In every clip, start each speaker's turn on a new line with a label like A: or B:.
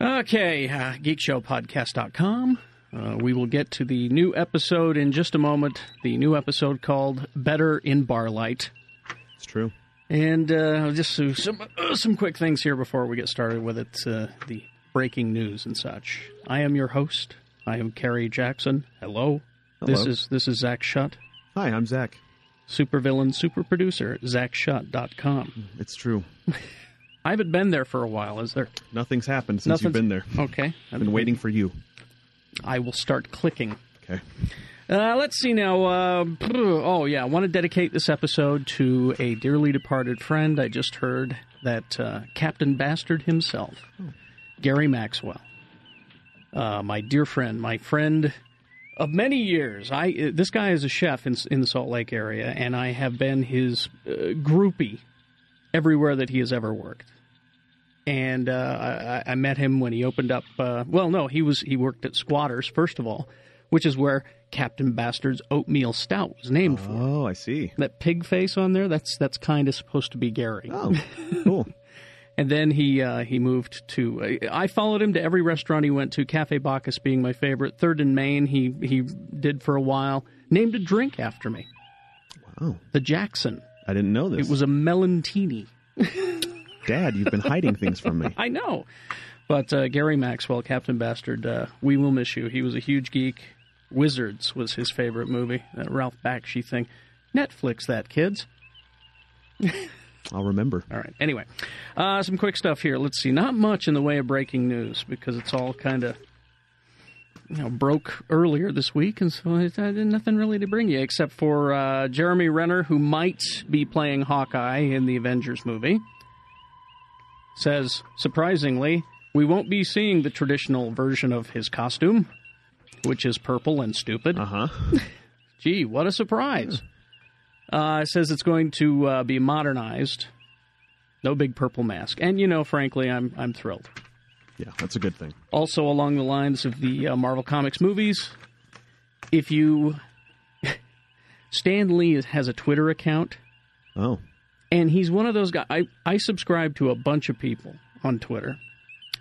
A: Okay, uh, geekshowpodcast.com. Uh, we will get to the new episode in just a moment. The new episode called Better in Barlight.
B: It's true.
A: And uh, just so- some uh, some quick things here before we get started with it, uh, the breaking news and such. I am your host. I am Kerry Jackson. Hello. This
B: Hello.
A: is this is Zach Shutt,
B: Hi, I'm Zach.
A: supervillain, super producer, ZachShutt.com.
B: It's true.
A: I haven't been there for a while. Is there?
B: Nothing's happened since
A: Nothing's-
B: you've been there.
A: Okay.
B: I've been waiting for you.
A: I will start clicking.
B: Okay.
A: Uh, let's see now. Uh, oh, yeah. I want to dedicate this episode to a dearly departed friend. I just heard that uh, Captain Bastard himself, Gary Maxwell, uh, my dear friend, my friend of many years. I uh, This guy is a chef in, in the Salt Lake area, and I have been his uh, groupie everywhere that he has ever worked. And uh, I, I I met him when he opened up. Uh, well, no, he was he worked at Squatters first of all, which is where Captain Bastard's oatmeal stout was named for.
B: Oh, I see.
A: That pig face on there that's that's kind of supposed to be Gary.
B: Oh, cool.
A: And then he uh, he moved to. I followed him to every restaurant he went to. Cafe Bacchus being my favorite. Third and Main he he did for a while. Named a drink after me,
B: Wow.
A: the Jackson.
B: Oh, I didn't know this.
A: It was a Melantini.
B: Dad, you've been hiding things from me.
A: I know. But uh, Gary Maxwell, Captain Bastard, uh, we will miss you. He was a huge geek. Wizards was his favorite movie. That Ralph Bakshi thing. Netflix that, kids.
B: I'll remember.
A: All right. Anyway, uh, some quick stuff here. Let's see. Not much in the way of breaking news because it's all kind of you know broke earlier this week, and so I, I did nothing really to bring you except for uh, Jeremy Renner, who might be playing Hawkeye in the Avengers movie. Says surprisingly, we won't be seeing the traditional version of his costume, which is purple and stupid.
B: Uh huh.
A: Gee, what a surprise. Uh, it says it's going to uh, be modernized. No big purple mask. And, you know, frankly, I'm, I'm thrilled.
B: Yeah, that's a good thing.
A: Also, along the lines of the uh, Marvel Comics movies, if you. Stan Lee has a Twitter account,
B: Oh,
A: and he's one of those guys. I, I subscribe to a bunch of people on Twitter,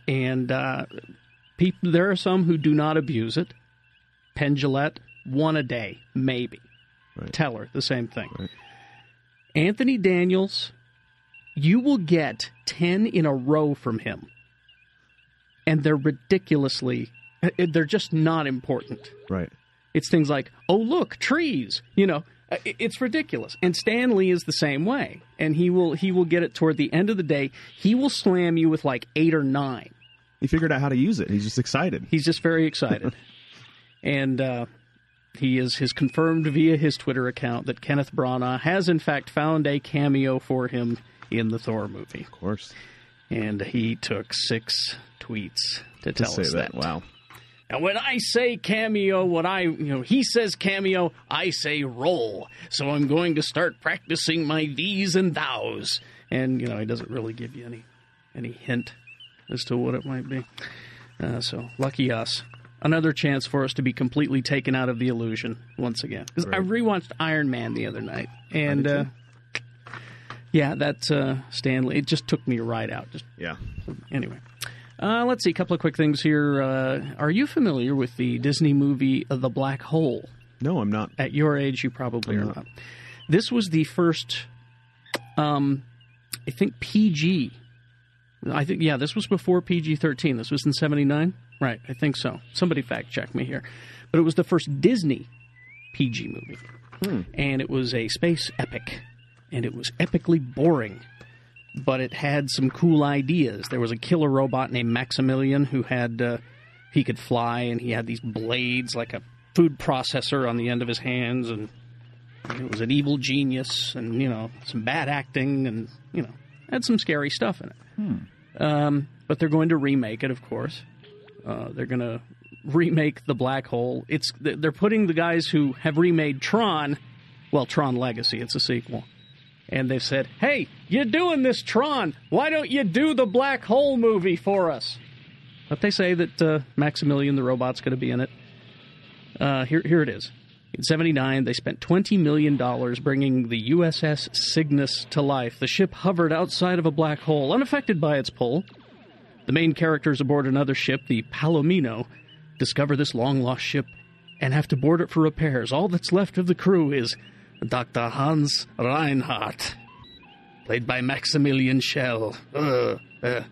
A: and uh, peop there are some who do not abuse it. Penn Jillette, one a day, maybe.
B: Right.
A: Teller, the same thing.
B: Right.
A: Anthony Daniels, you will get 10 in a row from him. And they're ridiculously, uh, they're just not important.
B: right.
A: It's things like, oh, look, trees. You know, uh, i- it's ridiculous. And Stanley is the same way. And he will he will get it toward the end of the day. He will slam you with like eight or nine.
B: He figured out how to use it. He's just excited.
A: He's just very excited. and uh, he is has confirmed via his Twitter account that Kenneth Branagh has in fact found a cameo for him in the Thor movie.
B: Of course.
A: And he took six tweets to
B: To
A: tell
B: say
A: us
B: that. Wow.
A: and when I say cameo, what I, you know, he says cameo, I say roll. So I'm going to start practicing my these and thous. And, you know, he doesn't really give you any, any hint as to what it might be. Uh, so lucky us. Another chance for us to be completely taken out of the illusion once again. 'Cause I rewatched Iron Man the other night. And, uh, yeah, that uh, Stanley, it just took me right out. Just
B: Yeah.
A: Anyway, uh, let's see. A couple of quick things here. Uh, are you familiar with the Disney movie uh, The Black Hole?
B: No, I'm not.
A: At your age, you probably
B: I'm
A: are
B: not.
A: not. This was the first, um, I think PG. I think yeah, this was before PG thirteen. This was in seventy nine, right? I think so. Somebody fact check me here, but it was the first Disney PG movie, and it was a space epic, and it was epically boring but it had some cool ideas. There was a killer robot named Maximilian who had uh, he could fly and he had these blades like a food processor on the end of his hands, and it was an evil genius, and you know some bad acting, and you know had some scary stuff in it. Um, but they're going to remake it, of course. Uh, they're going to remake the black hole. It's they're putting the guys who have remade Tron, well Tron Legacy. It's a sequel and they've said, "Hey, you're doing this Tron. Why don't you do the black hole movie for us?" But they say that uh, Maximilian the robot's going to be in it. Uh, here, here it is. In '79, they spent 20 million dollars bringing the USS Cygnus to life. The ship hovered outside of a black hole, unaffected by its pull. The main characters aboard another ship, the Palomino, discover this long lost ship and have to board it for repairs. All that's left of the crew is Dr. Hans Reinhardt, played by Maximilian Schell, Ugh, ugh.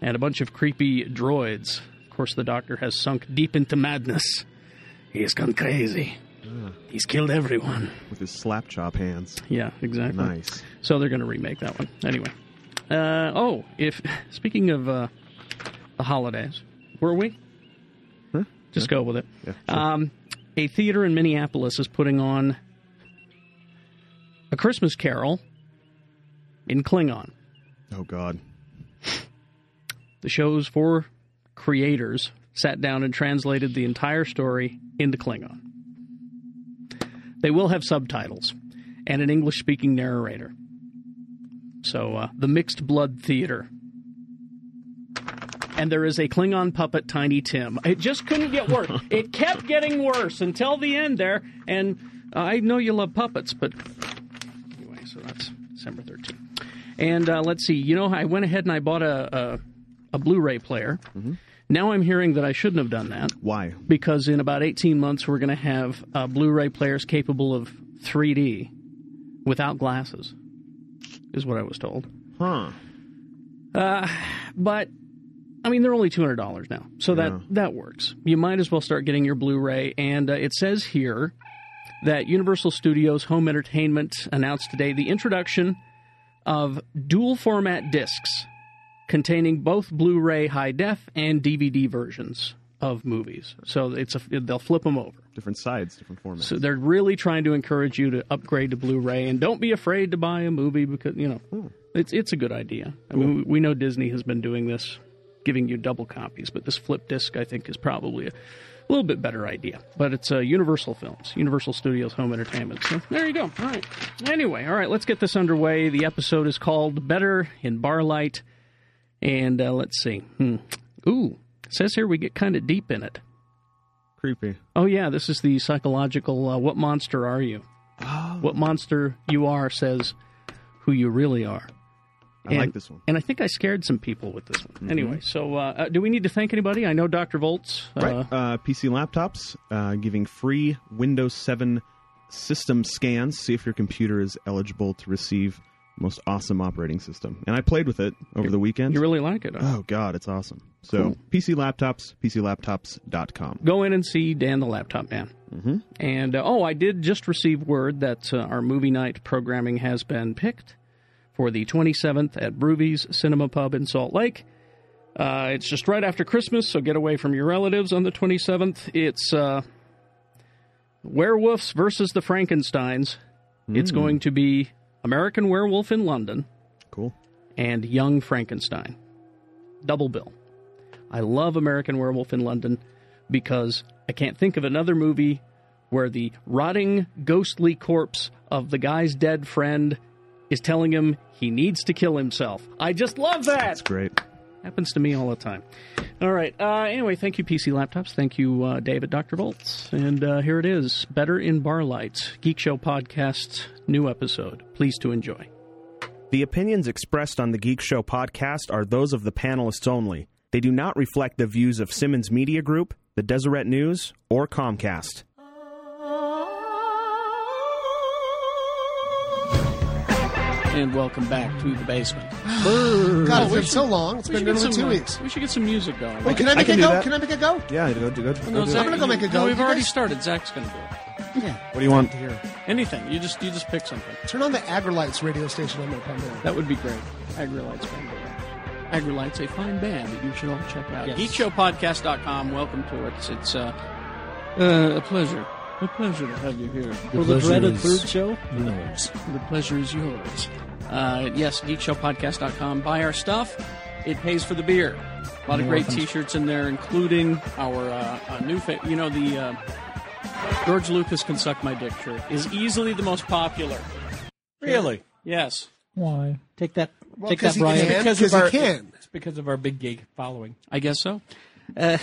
A: and a bunch of creepy droids. Of course, the doctor has sunk deep into madness. He has gone crazy. He's killed everyone.
B: with his slap chop hands.
A: Yeah, exactly.
B: Nice.
A: So they're going to remake that one anyway. Uh, oh, if speaking of uh, the holidays, were we?
B: Huh?
A: Just go with it.
B: Yeah,
A: Um, a theater in Minneapolis is putting on a Christmas Carol in Klingon.
B: Oh God.
A: The show's four creators sat down and translated the entire story into Klingon. They will have subtitles and an English speaking narrator. So, uh, the Mixed Blood Theater. And there is a Klingon puppet, Tiny Tim. It just couldn't get worse. it kept getting worse until the end there. And uh, I know you love puppets, but anyway, so that's December 13th. And uh, let's see, you know, I went ahead and I bought a, a, a Blu ray player. Now I'm hearing that I shouldn't have done that
B: Why?
A: because in about 18 months we're going to have uh, Blu-ray players capable of 3D without glasses, is what I was told.
B: Huh.
A: But I mean, they're only two hundred dollars now, so that that works. You might as well start getting your Blu-ray. And uh, it says here that Universal Studios Home Entertainment announced today the introduction of dual format discs containing both Blu-ray high def and DVD versions of movies. So it's a, they'll flip them over.
B: Different sides, different formats.
A: So they're really trying to encourage you to upgrade to Blu-ray, and don't be afraid to buy a movie because you know it's it's a good idea. I mean, we, we know Disney has been doing this, giving you double copies, but this flip disc I think is probably a little bit better idea. But it's uh, Universal Films, Universal Studios Home Entertainment. So there you go. All right. Anyway, all right, let's get this underway. The episode is called "Better in Barlight," and uh, let's see. Hmm. Ooh, it says here we get kind of deep in it.
B: Creepy.
A: Oh yeah, this is the psychological. Uh, what monster are you?
B: Oh,
A: What monster you are says who you really are.
B: I like this one.
A: And I think I scared some people with this one. Anyway, so uh, uh, do we need to thank anybody? I know Dr. Volts. Uh,
B: Right. Uh, PC laptops uh, giving free Windows 7 system scans. See if your computer is eligible to receive the most awesome operating system. And I played with it over the weekend.
A: You really like it. huh?
B: oh, God, it's awesome. So, PC laptops, PCLaptops.com.
A: Go in and see Dan the Laptop Man. Mm-hmm. And uh, oh, I did just receive word that uh, our movie night programming has been picked for the 27th at Broovies Cinema Pub in Salt Lake. Uh, it's just right after Christmas, so get away from your relatives on the 27th. It's uh, Werewolves versus the Frankensteins. It's going to be American Werewolf in London
B: Cool.
A: and Young Frankenstein. Double bill. I love American Werewolf in London because I can't think of another movie where the rotting, ghostly corpse of the guy's dead friend is telling him he needs to kill himself. I just love that!
B: That's great.
A: Happens to me all the time. All right. Uh, anyway, thank you, PC Laptops. Thank you, uh, David, Dr. Volts. And uh, here it is Better in Bar Lights, Geek Show Podcast's new episode. Please to enjoy.
C: The opinions expressed on the Geek Show podcast are those of the panelists only. They do not reflect the views of Simmons Media Group, the Deseret News, or Comcast.
A: And welcome back to the basement.
D: God, it's been so long. It's been
A: should get
D: nearly
A: some,
D: two
A: uh,
D: weeks.
A: We should get some music going.
D: Oh, can I
B: I
D: make
B: can
D: a
B: do
D: go?
B: that.
D: Can I make a go?
B: Yeah, good, good.
A: No, Zach,
D: gonna go make a
A: no,
D: go.
A: we've
D: You
A: already
D: guys-
A: started. Zach's going to do
D: Yeah.
B: What do you want?
D: Here.
A: it. Anything. You just you just pick something.
D: Turn on the AgriLights radio station on my primary.
A: That would be great. Agrilites band. Agrilites, a fine band that you should all check out.
D: Yes.
A: GeekShowPodcast.com. Welcome to it. It's uh, uh, a pleasure. A pleasure to have you here.
E: For the dreaded third show? Yours.
A: The pleasure is yours. Uh, yes, geekshowpodcast.com. Buy our stuff. It pays for the beer. A lot of great T-shirts in there, including our, uh, uh new, fa- you know, the uh, George Lucas can suck my dick shirt is easily the most popular.
E: Really?
A: Yes,
E: Why? Take that,
D: Well,
E: take
D: 'cause
E: that,
D: he
E: Brian.
D: can, 'cause he can.
E: It's because of our big gay following.
A: I guess so.
E: Do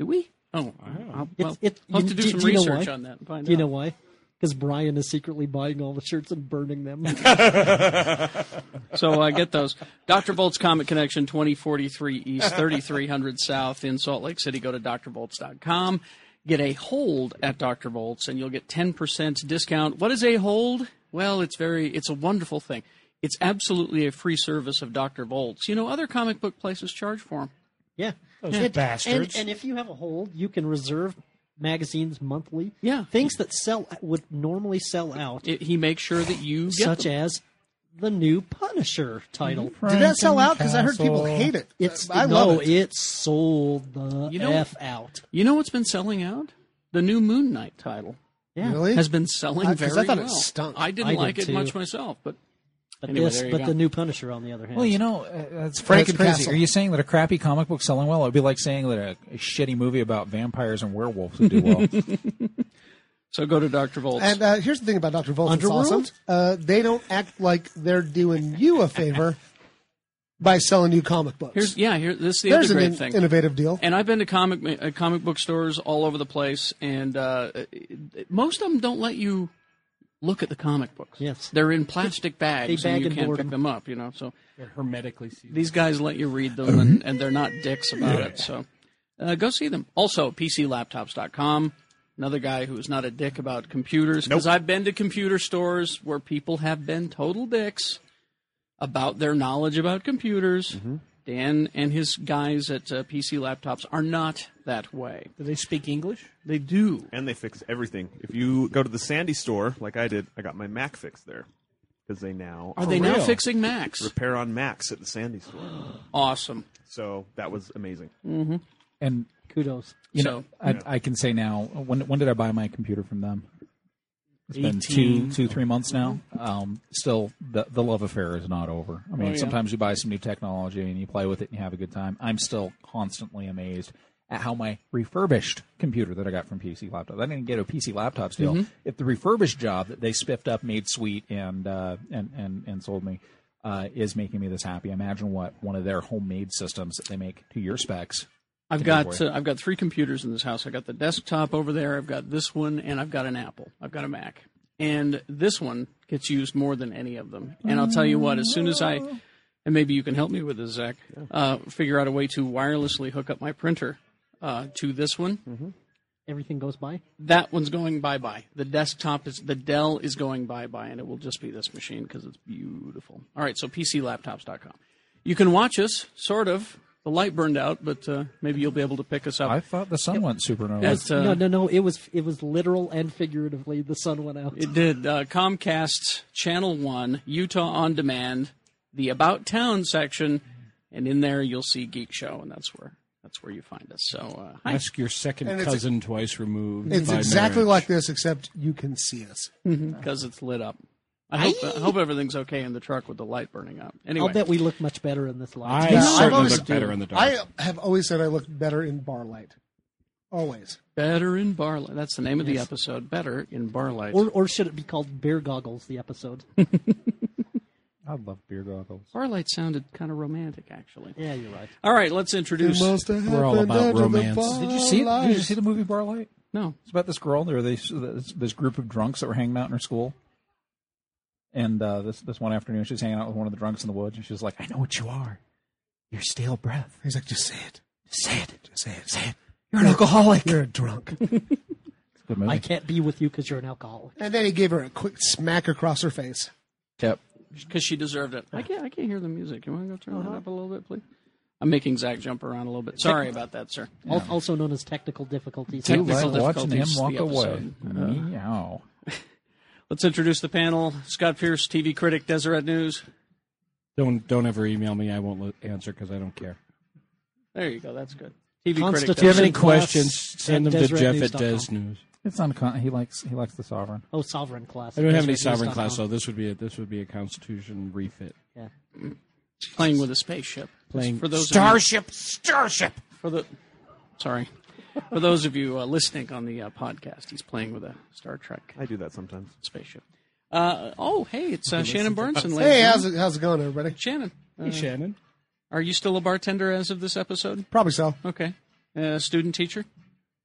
E: we?
A: Oh, I'll, well,
E: It's- it-
A: I'll have to
E: you-
A: do
E: do-
A: some
E: do you know
A: research
E: why?
A: on that. And find
E: Do you
A: out.
E: know why?
F: because Brian is secretly buying all the shirts and burning them.
A: So uh, get those. Dr. Bolt's Comet Connection, 2043 East, 3300 South in Salt Lake City. Go to drbolts.com. Get a hold at Dr. Bolts and you'll get 10% discount. What is a hold? Well, it's very, it's a wonderful thing. It's absolutely a free service of Dr. Bolts. You know, other comic book places charge for them.
F: yeah,
E: Those
F: and,
E: bastards.
F: And, and if you have a hold, you can reserve magazines monthly.
A: Yeah.
F: things that sell would normally sell out,
A: It, he makes sure that you get
F: such
A: them.
F: as the new Punisher title.
A: Mm-hmm.
D: Did that sell out? Because I heard people hate it.
F: It's
D: I
F: no,
D: love it.
F: sold the
A: You know-
F: f out.
A: You know what's been selling out? The new Moon Knight title
F: Yeah,
D: Really?
A: has been selling
D: I- 'cause
A: very
D: I thought it
A: well.
D: stunk.
A: I didn't
F: I did
A: like it
F: too.
A: much myself, but
F: But
A: Anyway,
F: this,
A: there you
F: but
A: go.
F: the new Punisher, on the other hand,
G: Well, you know, uh, that's, that's
D: Frankencastle.
G: crazy. Are you saying that a crappy comic book selling well? It'd be like saying that a, a shitty movie about vampires and werewolves would do well.
A: so go to Dr. Bolts.
D: And uh, here's the thing about Dr. Volt.
F: Underworld?
D: It's awesome. Uh, they don't act like they're doing you a favor by selling you comic books.
A: Here's yeah. Here this is the
D: There's
A: other great
D: an
A: thing.
D: in- innovative deal.
A: and I've been to comic uh, comic book stores all over the place, and uh, most of them don't let you look at the comic books.
F: Yes.
A: they're in plastic bags,
F: bag
A: and you
F: and
A: can't
F: board
A: pick
F: them.
A: them up. You know, so
E: They're hermetically sealed.
A: these guys let you read them, and, and they're not dicks about it. So uh, go see them. Also, PCLaptops.com. Another guy who's not a dick about computers, because I've been to computer stores where people have been total dicks about their knowledge about computers. Dan and his guys at uh, PC Laptops are not that way.
E: Do they speak English?
A: They do.
B: And they fix everything. If you go to the Sandy store, like I did, I got my Mac fixed there because they now
A: Are they now fixing Macs?
B: repair on Macs at the Sandy store.
A: Awesome.
B: So that was amazing.
G: and
F: kudos.
G: you
A: So-
G: know, I, I can say now. When when did I buy my computer from them? It's been
E: 18.
G: two, two, three months now. Um, still, the the love affair is not over. I mean,
A: yeah.
G: sometimes you buy some new technology and you play with it and you have a good time. I'm still constantly amazed at how my refurbished computer that I got from PC Laptop. I didn't get a PC Laptop deal. If the refurbished job that they spiffed up, made sweet, and uh, and and and sold me. Uh, is making me this happy. Imagine what one of their homemade systems that they make to your specs
A: I've got uh, I've got three computers in this house. I got the desktop over there. I've got this one, and I've got an Apple. I've got a Mac, and this one gets used more than any of them. And I'll tell you what, as soon as I and maybe you can help me with this, Zach, uh, figure out a way to wirelessly hook up my printer uh, to this one.
F: Everything goes by.
A: That one's going bye bye. The desktop is the Dell is going bye bye, and it will just be this machine because it's beautiful. All right, so PCLaptops.com. You can watch us, sort of. The light burned out, but uh, maybe you'll be able to pick us up.
G: I thought the sun went supernova.
A: That's, uh,
F: no, no, no. It was it was literal and figuratively. The sun went out.
A: It did. Uh, Comcast Channel 1, Utah On Demand, the About Town section, and in there you'll see Geek Show, and that's where that's where you find us. So, uh, hi.
E: Ask your second
D: And it's-
E: cousin twice removed.
D: It's
E: by
D: exactly
E: marriage.
D: like this, except you can see us.
A: because it's lit up. I hope, uh, I hope everything's okay in the truck with the light burning up. Anyway,
F: I'll bet we look much better in this light.
E: I
D: Yeah, I've
E: certainly
D: always-
E: look better in the dark.
D: I have always said I look better in bar light. Always.
A: better in bar light. That's the name of the episode. Better in bar light.
F: Or, or should it be called Bear Goggles? The episode.
G: I love beer goggles.
A: bar light sounded kind of romantic, actually.
F: yeah, you're right.
A: All right, let's introduce.
G: We're all about romance. Did you see? Did you see the movie Barlight?
A: No,
G: It's about this girl. There, this this group of drunks that were hanging out in her school. And uh, this this one afternoon, she's hanging out with one of the drunks in the woods, and she's like, "I know what you are. Your stale breath.
D: He's like, just say it.
G: Say it.
D: Just say it. Say it.
G: You're an alcoholic."
D: You're a drunk.
G: Good
F: I
G: movie.
F: can't be with you because you're an alcoholic.
D: and then he gave her a quick smack across her face.
G: Yep.
A: because she deserved it. I can't. I can't hear the music. You want to go
F: Uh-huh.
A: turn that up a little bit, please? I'm making Zach jump around a little bit. Sorry about that, sir.
F: Al Also known as technical difficulties.
A: Technical difficulties
G: Like watching him
A: the
G: walk away.
A: episode. Mm-hmm.
G: Meow.
A: Let's introduce the panel. Scott Pierce, TV critic, Deseret News.
E: Don't don't ever email me. I won't li- answer because I don't care.
A: There you go. That's good. TV critic.
F: Constitution.
E: If you have any
F: Plus
E: questions, send
F: at
E: them to Jeff at
F: DesRetNews.com.
E: Des News.
G: It's uncon. He likes he likes the sovereign.
F: Oh, sovereign class.
E: I don't have any sovereign class, so this would be a, this would be a Constitution refit.
A: playing with a spaceship. Playing for those
E: Starship, Starship.
A: Of you, for the sorry, for those of you uh, listening on the uh, podcast, he's playing with a Star Trek
B: I do that sometimes.
A: spaceship. Uh, oh, hey, it's uh, Shannon Barneson. ladies and
D: Hey, how's
A: gentlemen.
D: it, how's it going, everybody?
A: Shannon? Uh,
E: Hey, Shannon.
A: are you still a bartender as of this episode?
D: Probably so.
A: Okay, uh, student teacher.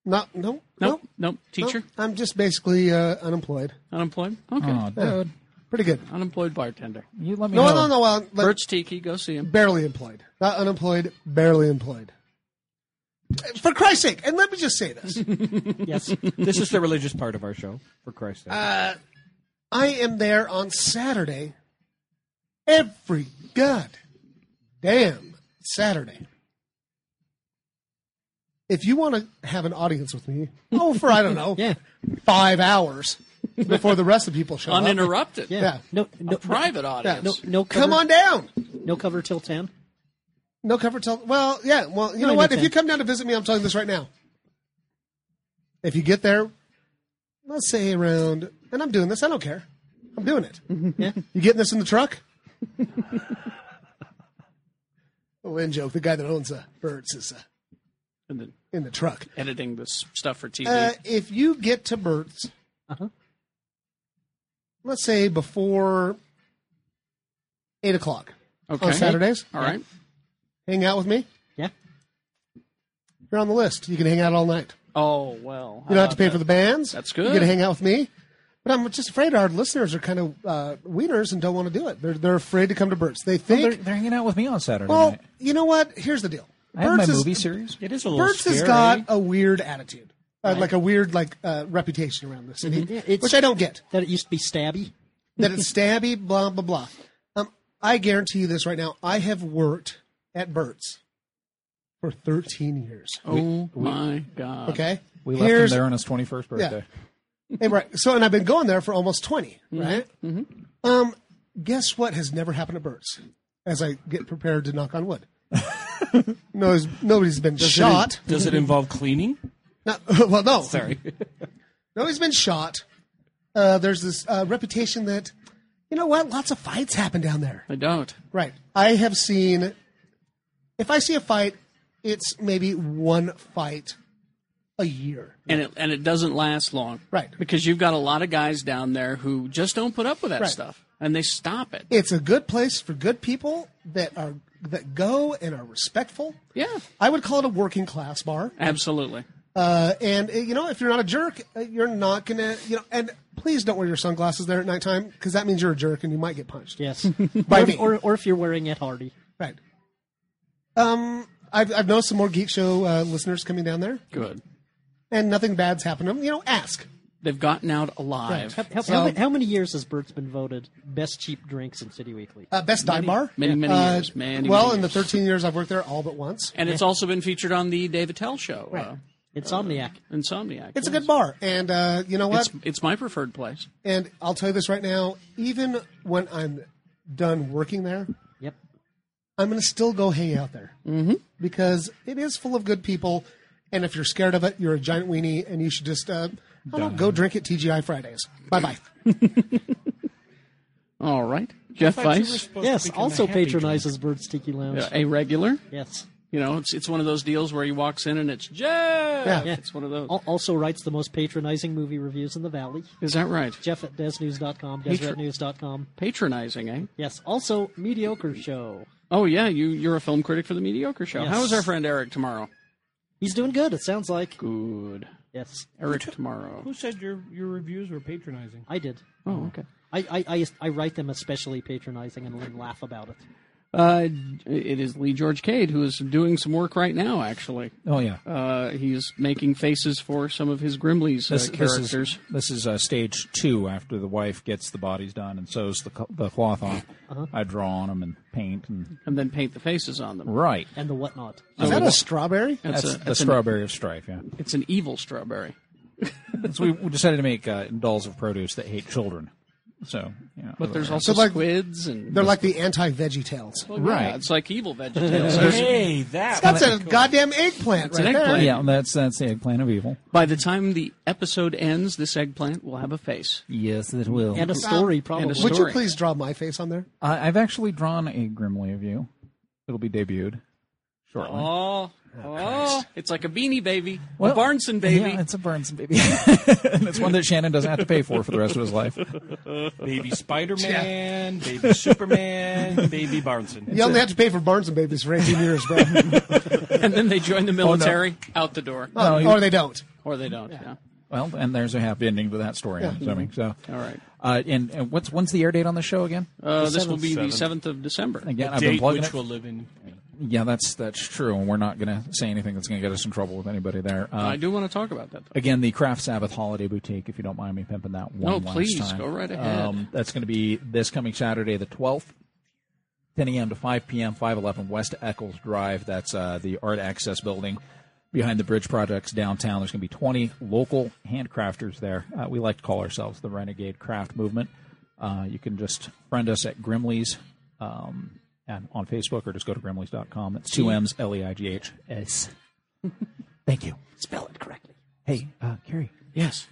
D: Not no
A: Nope.
D: no
A: Nope. Teacher?
D: I'm just basically uh, unemployed.
A: Unemployed? Okay.
G: Oh, dude,
D: Pretty good.
A: Unemployed bartender.
G: you let me
D: No,
G: know.
D: no, no. Well, like,
A: Bert's Tiki, go see him.
D: barely employed. Not unemployed. Barely employed. For Christ's sake, and let me just say this:
F: Yes.
E: this is the religious part of our show, for Christ's
D: Uh,
E: sake.
D: I am there on Saturday. Every god damn Saturday. If you want to have an audience with me, oh, for I don't know,
F: Yeah.
D: five hours before the rest of the people show up.
A: Uninterrupted.
F: Yeah.
D: Yeah.
F: No. No.
A: Private audience.
F: No. No. Cover,
D: Come on down.
F: No cover till ten.
D: No cover till. Well, yeah. Well, you know
F: I
D: what? If
F: understand.
D: you come down to visit me, I'm telling you this right now. If you get there, let's say around, and I'm doing this. I don't care. I'm doing it.
F: Yeah.
D: You getting this in the truck? oh, in joke. The guy that owns uh, Burt's is uh,
A: And then
D: in the truck.
A: editing this stuff for TV.
D: Uh, if you get to Burt's,
A: Uh-huh.
D: let's say before eight o'clock
A: okay.
D: on Saturdays,
A: All right.
D: hang out with me.
F: Yeah.
D: You're on the list. You can hang out all night.
A: Oh, well.
D: You don't have to pay for the bands.
A: That's
D: You
A: good.
D: get to hang out with me. But I'm just afraid our listeners are kind of uh, wieners and don't want to do it. They're, they're afraid to come to Burt's. They think,
G: They're, they're hanging out with me on Saturday
D: well,
G: night.
D: you know what? Here's the deal.
G: I have my
D: is-
G: movie series.
E: it is a little
D: Burt's has
E: scary.
D: got a weird attitude, uh, like a weird like uh, reputation around this, city,
F: Yeah, it's-
D: which I don't get.
F: That it used to be stabby.
D: That it's stabby, blah blah blah. Um, I guarantee you this right now. I have worked at Burt's for 13 years.
A: Oh, my God.
D: Okay,
G: We left
D: Here's-
G: him there on his 21st birthday.
D: Hey, right. So, and I've been going there for almost 20, right? Um, guess what has never happened at Burt's as I get prepared to knock on wood? no, there's- nobody's been shot.
E: Does it involve cleaning?
D: No- well, no.
E: Sorry.
D: Nobody's been shot. Uh, there's this uh, reputation that, you know what, lots of fights happen down there.
A: I don't.
D: Right. I have seen, if I see a fight, it's maybe one fight a year.
A: And it, and it doesn't last long.
D: Right.
A: Because you've got a lot of guys down there who just don't put up with that
D: Right.
A: stuff. And they stop it.
D: It's a good place for good people that are that go and are respectful.
A: Yeah.
D: I would call it a working class bar.
A: Absolutely.
D: Uh, and uh, you know, if you're not a jerk, uh, you're not gonna, you know. And please don't wear your sunglasses there at nighttime because that means you're a jerk and you might get punched.
F: Yes.
D: By
F: or,
D: me.
F: or or if you're wearing it hardy.
D: Right. Um, I've I've noticed some more geek show uh, listeners coming down there,
A: Good.
D: and nothing bad's happened to them. You know, ask.
A: They've gotten out alive.
F: How, how,
D: So-
F: how, how many years has Burt's been voted best cheap drinks in City Weekly?
D: Uh, best dive bar.
A: Many, many
D: Uh,
A: years. Many,
D: well,
A: many
D: in the
A: years.
D: 13 years I've worked there, all but once.
A: And it's also been featured on the Dave Attell show, uh,
F: Insomniac.
A: Insomniac.
D: It's a good bar, and uh, you know what?
A: It's, it's my preferred place.
D: and I'll tell you this right now: even when I'm done working there,
F: Yep.
D: I'm going to still go hang out there mm-hmm. because it is full of good people. And if you're scared of it, you're a giant weenie, and you should just uh, I don't know, go drink at TGI Fridays. Bye bye.
A: All right. Jeff Weiss,
F: Yes. Also patronizes Burt's Tiki Lounge.
A: a regular.
F: Yes.
A: You know, it's it's one of those deals where he walks in and it's Jeff.
D: Yeah. Oh.
A: It's one of those.
F: Al- Also writes the most patronizing movie reviews in the valley.
A: Is that right?
F: Jeff at desnews.com, desretnews.com.
A: Patronizing, eh?
F: Yes. Also, mediocre show.
A: Oh yeah, you you're a film critic for the mediocre show.
F: Yes.
A: How is our friend Eric tomorrow?
F: He's doing good. It sounds like.
A: Good.
F: Yes,
A: Eric tomorrow.
E: Who said your, your reviews were patronizing?
F: I did.
A: Oh okay.
F: I I, I, I write them especially patronizing and then laugh about it.
A: Uh, it is Lee George Cade who is doing some work right now. Actually,
G: Oh, yeah.
A: uh, he's making faces for some of his Grimleys uh,
G: this, this
A: characters.
G: is this is uh, stage two after the wife gets the bodies done and sews the, co- the cloth on.
A: Uh-huh.
G: I draw on them and paint and
A: and then paint the faces on them.
G: right.
F: And the whatnot.
D: Is that a strawberry?
A: That's,
G: That's,
A: a,
G: the
A: that's an,
G: strawberry of strife. Yeah,
A: it's an evil strawberry.
G: so we, we decided to make uh, dolls of produce that hate children. So, yeah,
A: But there's also
D: like-
A: squids and
D: They're like the anti veggie tails.
A: Well, yeah,
G: Right.
A: it's like evil vegetables.
E: Hey, that.
D: That's a goddamn eggplant
A: an
D: right there.
A: eggplant.
G: yeah, and that's that's the eggplant of evil.
A: By the time the episode ends, this eggplant will have a face.
G: Yes, it will.
F: And a story, probably.
A: and a
D: Would you
A: story.
D: please draw my face on there?
G: I, I've actually drawn a Grimly of you. It'll be debuted shortly.
A: Oh, oh, it's like a beanie baby,
G: Well,
A: a Barneson baby.
G: Yeah, it's a Barnes baby. and it's one that Shannon doesn't have to pay for for the rest of his life.
E: Baby Spider Man, baby Superman, baby Barneson.
D: You only have to pay for Barnes and Babies for 18 years, bro.
G: Oh,
A: and then they join the military out the door.
G: No, you-
D: or they don't.
A: or they don't. Yeah.
G: Well, and there's a happy ending to that story. I'm assuming so.
A: All right.
G: Uh, and, and what's when's the air date on the show again?
A: Uh, this will be the
H: Seventh.
A: seventh of December.
G: Again, I've been
H: Date
G: plugging
H: which
G: it.
H: will live in.
G: Yeah, that's that's true, and we're not going to say anything that's going to get us in trouble with anybody there. Uh,
A: I do want to talk about that. Though.
G: again, the Craft Sabbath Holiday Boutique, if you don't mind me pimping that one
A: No,
G: last
A: Oh, please,
G: time. Um,
A: go right ahead.
G: that's going to be this coming Saturday, the 12th, 10 a.m. to 5 p.m., 511 West Eccles Drive. That's uh, the Art Access Building behind the Bridge Projects downtown. There's going to be 20 local handcrafters there. Uh, we like to call ourselves the Renegade Craft Movement. Uh, you can just friend us at Grimley's um, and on Facebook or just go to grimleys.com. That's two M's, L E I G H S. Thank you.
F: Spell it correctly.
G: Hey, uh, Carrie.
A: Yes.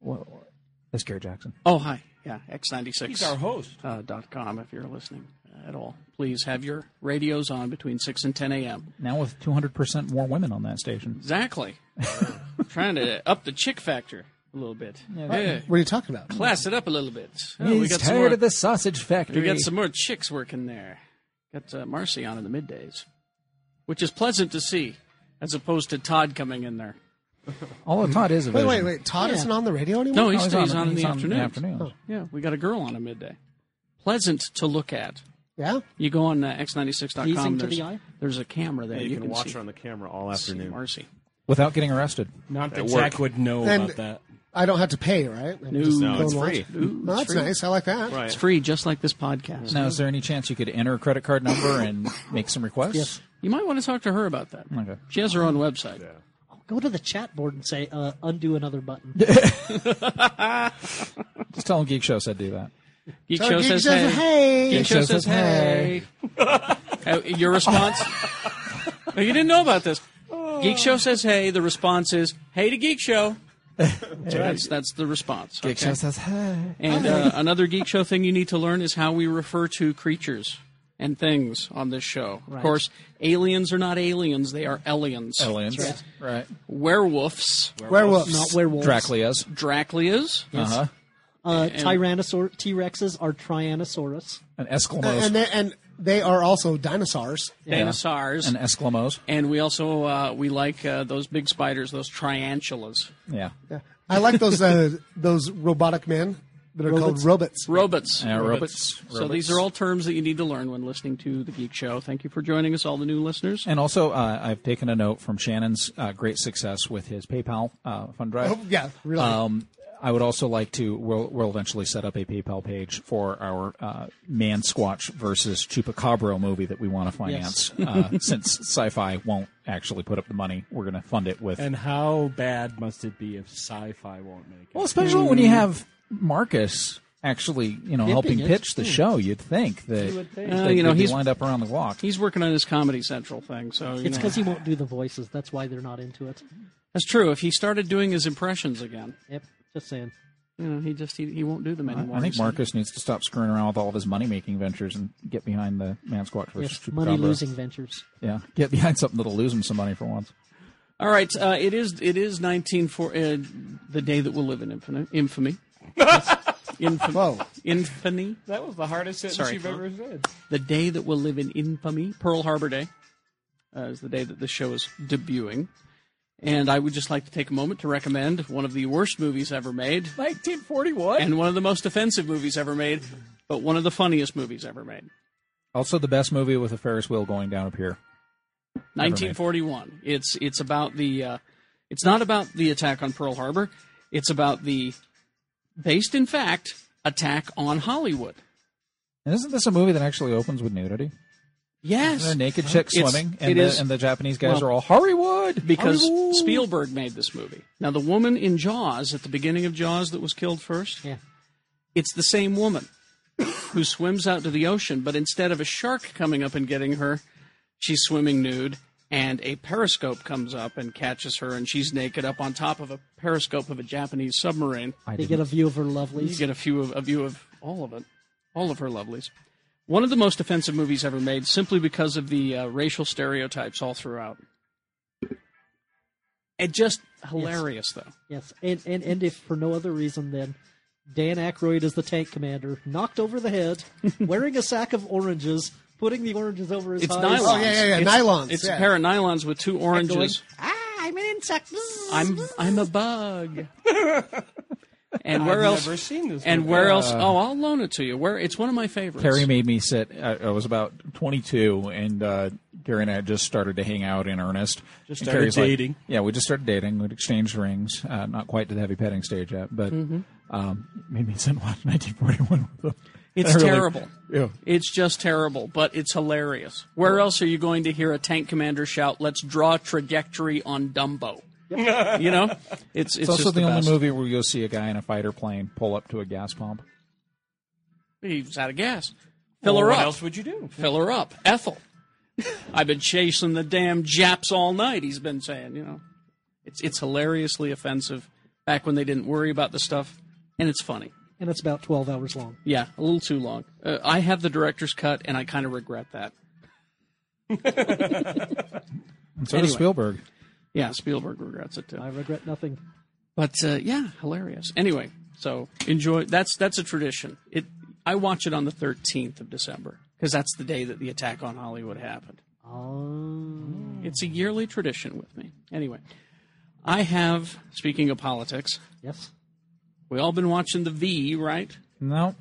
G: What, what- that's Gary Jackson.
A: Oh, hi. Yeah, x96
H: host.
A: uh, dot com if you're listening at all. Please have your radios on between 6 and 10 a.m.
G: Now with 200% more women on that station.
A: Exactly. Trying to up the chick factor a little bit. Yeah.
D: What are you talking about?
A: Class it up a little bit. Oh, we
G: He's
A: got some
G: tired
A: more,
G: of the sausage factory.
A: we got some more chicks working there. Got uh, Marcy on in the middays, which is pleasant to see, as opposed to Todd coming in there.
G: All of Todd is a
D: Wait,
G: vision.
D: wait, wait. Todd isn't on the radio anymore?
A: No, he's, he's, Oh, on, in the
G: he's
A: afternoon.
G: afternoons.
A: Yeah, we got a girl on at midday. Pleasant to look at.
D: Yeah?
A: You go on uh, x96.com.
F: Pleasing to
A: there's,
F: the eye?
A: there's a camera there.
B: Yeah, you, can,
A: can,
B: watch
A: see,
B: her on the camera all
A: see
B: afternoon.
A: Marcy.
G: Without getting arrested.
E: Not that
B: At
E: Jack
B: work.
E: would know
D: And-
E: about that.
D: I don't have to pay, right? No,
B: No, it's free.
A: Ooh,
D: that's
A: it's free.
D: nice. I like that.
A: It's free, just like this podcast.
G: Now, is there any chance you could enter a credit card number and make some requests? Yes.
A: You might want to talk to her about that.
G: Okay.
A: She has her own website.
F: Go to the chat board and say uh, undo another button.
G: Just tell him Geek Show said do that.
A: Geek
D: Tell
A: Show
D: Geek
A: says,
D: Show
A: hey.
D: says, hey.
A: Geek Show says, hey. Uh, your response? no, you didn't know about this. Geek Show says, hey. The response is, hey to Geek Show. That's, that's the response. okay?
G: says, hey.
A: And uh, another Geek Show thing you need to learn is how we refer to creatures and things on this show. Of course, aliens are not aliens, they are aliens.
G: Aliens. Right.
A: Werewolves,
D: Werewolves.
F: Not werewolves.
G: Draclias.
A: Draclias,
G: Uh-huh.
F: Uh, Tyrannosaur T Rexes are Tyrannosaurus.
G: And Esquimos.
D: and, they, and they are also dinosaurs.
A: dinosaurs.
G: and
A: And-
G: Esquimos.
A: we also uh, we like uh, those big spiders, those triantulas,
G: Yeah.
D: Yeah. I like those uh, those robotic men that are
F: Robots?
D: called robots.
A: robots.
G: Yeah, Uh, robots.
A: So these are all terms that you need to learn when listening to the Geek Show. Thank you for joining us, all the new listeners.
G: And also, uh, I've taken a note from Shannon's uh, great success with his PayPal uh, fund drive.
D: Oh, yeah, really.
G: Um, I would also like to. We'll, we'll eventually set up a PayPal page for our uh, Man Squatch versus Chupacabra movie that we want to finance. uh, since Sci-Fi won't actually put up the money, we're going to fund it with.
E: And how bad must it be if sci-fi won't make it?
G: well, especially when
F: Mm.
G: you have Marcus actually, you know, helping
F: it.
G: pitch the show, you'd think that
A: Uh,
G: they'd-
A: you know,
G: they'd be
A: he's-
G: lined up around the block.
A: He's working on his Comedy Central thing, so you
F: It's
A: know.
F: because he won't do the voices. That's why they're not into it.
A: that's true. If he started doing his impressions again,
F: Yep. Just saying.
A: you know, he just he, he won't do them anymore.
G: I think
A: He's-
G: Marcus needs to stop screwing around with all of his money-making ventures and get behind the Man Squatch versus
F: Yes.
G: Chupacabra.
F: Money losing ventures.
G: Yeah, get behind something that'll lose him some money for once.
A: All right, uh, it is it is nineteen four uh, the day that will live in infamy. Infamy. infamy.
D: Whoa.
A: Infamy.
H: That was the hardest sentence
A: Sorry,
H: you've
A: Tom.
H: ever said.
A: The day that will live in infamy. Pearl Harbor Day uh, is the day that the show is debuting. And I would just like to take a moment to recommend one of the worst movies ever made
G: 1941.
A: and one of the most offensive movies ever made, but one of the funniest movies ever made.
G: Also, the best movie with a Ferris wheel going down a pier.
A: 1941. It's it's about the uh, it's not about the attack on Pearl Harbor. It's about the based in fact attack on Hollywood.
G: And isn't this a movie that actually opens with nudity? There are
A: Yes,
G: naked chicks
A: It's-
G: swimming,
A: it
G: and the,
A: is-
G: and the Japanese guys are all Hollywood
A: because
G: Hollywood!
A: Spielberg made this movie. Now the woman in Jaws at the beginning of Jaws that was killed first.
F: Yeah.
A: It's the same woman who swims out to the ocean, but instead of a shark coming up and getting her, she's swimming nude and a periscope comes up and catches her and she's naked up on top of a periscope of a Japanese submarine.
G: I
F: They
G: didn't-
F: get a view of her
A: You
F: lovelies.
A: get a few of a view of all of it, all of her lovelies. One of the most offensive movies ever made, simply because of the uh, racial stereotypes all throughout. It just hilarious though.
F: Yes. And, and and if for no other reason than Dan Aykroyd is the tank commander, knocked over the head, wearing a sack of oranges, putting the oranges over his
A: It's Oh,
F: eyes.
A: nylons.
D: Oh, yeah, yeah, yeah,
A: It's-
D: nylons,
A: It's a
D: yeah.
A: pair of nylons with two
F: and going,
A: oranges.
F: ah, I'm an insect.
A: I'm I'm a bug. and where
E: I've
A: else?
E: never seen this
A: and
E: movie.
A: where else? Oh, I'll loan it to you. Where it's one of my favorites.
G: Carrie made me sit. I, I was about 22, and uh, Carrie and I just started to hang out in earnest. Just
E: started dating.
G: yeah, we just started dating. We'd exchanged rings. Uh, not quite to the heavy petting stage yet, but
A: Mm-hmm.
G: um, made me sit and watch 1941 with them.
A: It's
G: I really-
A: terrible.
G: Yeah.
A: It's just terrible, but it's hilarious. Where else are you going to hear a tank commander shout, "Let's draw trajectory on Dumbo"? you know, it's it's
G: It's also
A: just
G: the, only
A: best.
G: movie where you'll see a guy in a fighter plane pull up to a gas pump.
A: He's out of gas. Fill
E: Well,
A: her
E: what
A: up.
E: else would you do?
A: Fill her up, Ethel. I've been chasing the damn Japs all night. He's been saying, you know, it's it's hilariously offensive. Back when they didn't worry about the stuff, and it's funny.
F: and it's about 12 hours long.
A: Yeah, a little too long. Uh, I have the director's cut, and I kind of regret that.
G: And so does
A: Anyway.
G: Spielberg.
A: Yeah, Spielberg regrets it too.
F: I regret nothing.
A: But uh, yeah, hilarious. Anyway, so enjoy. That's that's a tradition. It. I watch it on the thirteenth of December because that's the day that the attack on Hollywood happened. It's a yearly tradition with me. Anyway, I have. Speaking of politics,
F: Yes.
A: we all been watching the V, right?
G: No,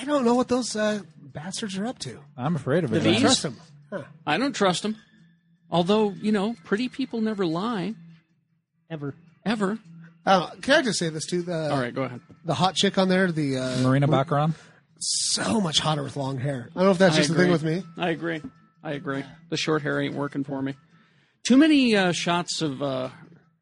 D: I don't know what those uh, bastards are up to.
G: I'm afraid of
A: The
G: it. That's-
A: V's?
D: Trust them.
A: I don't trust them. Although you know, pretty people never lie
F: Ever.
A: ever.
D: Uh, can I just say this too? The
A: All right, go ahead.
D: the hot chick on there, the uh,
G: Marina Baccaran.
D: so much hotter with long hair. I don't know if that's just
A: I
D: the thing
A: agree.
D: with me.
A: I agree. I agree. The short hair ain't working for me. Too many uh, shots of uh,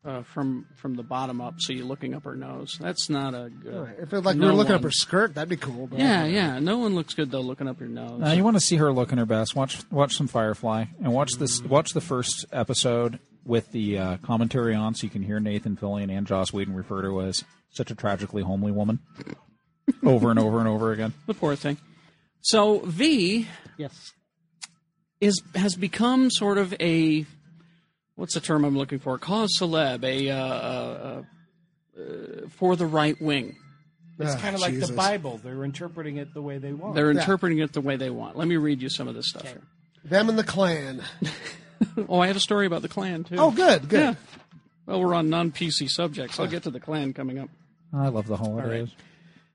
A: uh, from from the bottom up, so you're looking up her nose. That's not a good.
D: If it, like we
A: No
D: were looking up
A: one-
D: her skirt, that'd be cool. But
A: Yeah, yeah. No one looks good though looking up your nose.
G: Now Uh, you want to see her looking her best. Watch watch some Firefly and watch this. Watch the first episode with the uh, commentary on, so you can hear Nathan Fillion and Joss Whedon refer to as such a tragically homely woman over and over and over again.
A: the poor thing. So V
F: Yes.
A: is has become sort of a what's the term I'm looking for? Cause celeb, a uh, uh, uh, for the right wing.
E: It's
D: Ah,
E: kind of like
D: Jesus.
E: the Bible. They're interpreting it the way they want.
A: They're interpreting it the way they want. Let me read you some of this stuff. here.
D: Them and the Klan.
A: Oh, I have a story about the Klan too.
D: Oh, good, good.
A: Yeah. Well, we're on non PC subjects. I'll get to the clan coming up.
G: I love the holidays.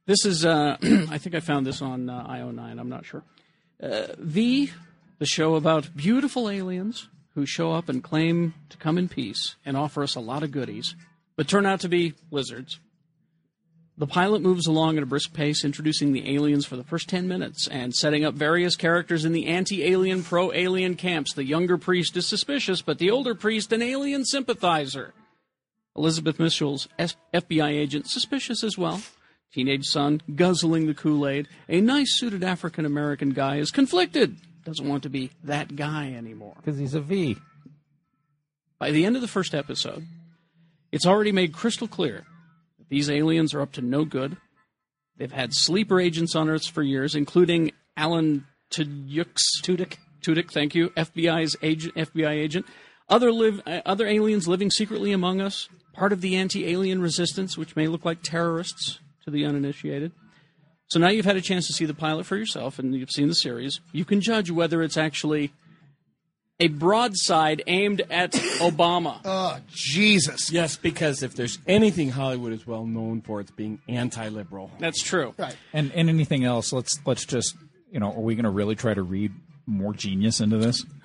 A: This is, uh, I think I found this on uh, IO9. I'm not sure. Uh, v, the show about beautiful aliens who show up and claim to come in peace and offer us a lot of goodies, but turn out to be lizards. The pilot moves along at a brisk pace, introducing the aliens for the first 10 minutes and setting up various characters in the anti alien, pro alien camps. The younger priest is suspicious, but the older priest, an alien sympathizer. Elizabeth Mitchell's S- FBI agent, suspicious as well. Teenage son, guzzling the Kool Aid. A nice suited African American guy is conflicted, doesn't want to be that guy anymore.
G: Because he's a V.
A: By the end of the first episode, it's already made crystal clear that these aliens are up to no good. They've had sleeper agents on Earth for years, including Alan Tudyk. Tudyk. Tudyk, thank you. FBI's agent, FBI agent. Other live, uh, other aliens living secretly among us, part of the anti-alien resistance, which may look like terrorists to the uninitiated. So now you've had a chance to see the pilot for yourself, and you've seen the series. You can judge whether it's actually a broadside aimed at Obama.
D: Oh, Jesus.
E: yes, because if there's anything Hollywood is well known for, it's being anti-liberal.
A: That's true.
D: Right.
G: And and anything else? Let's let's just you know, are we going to really try to read more genius into this?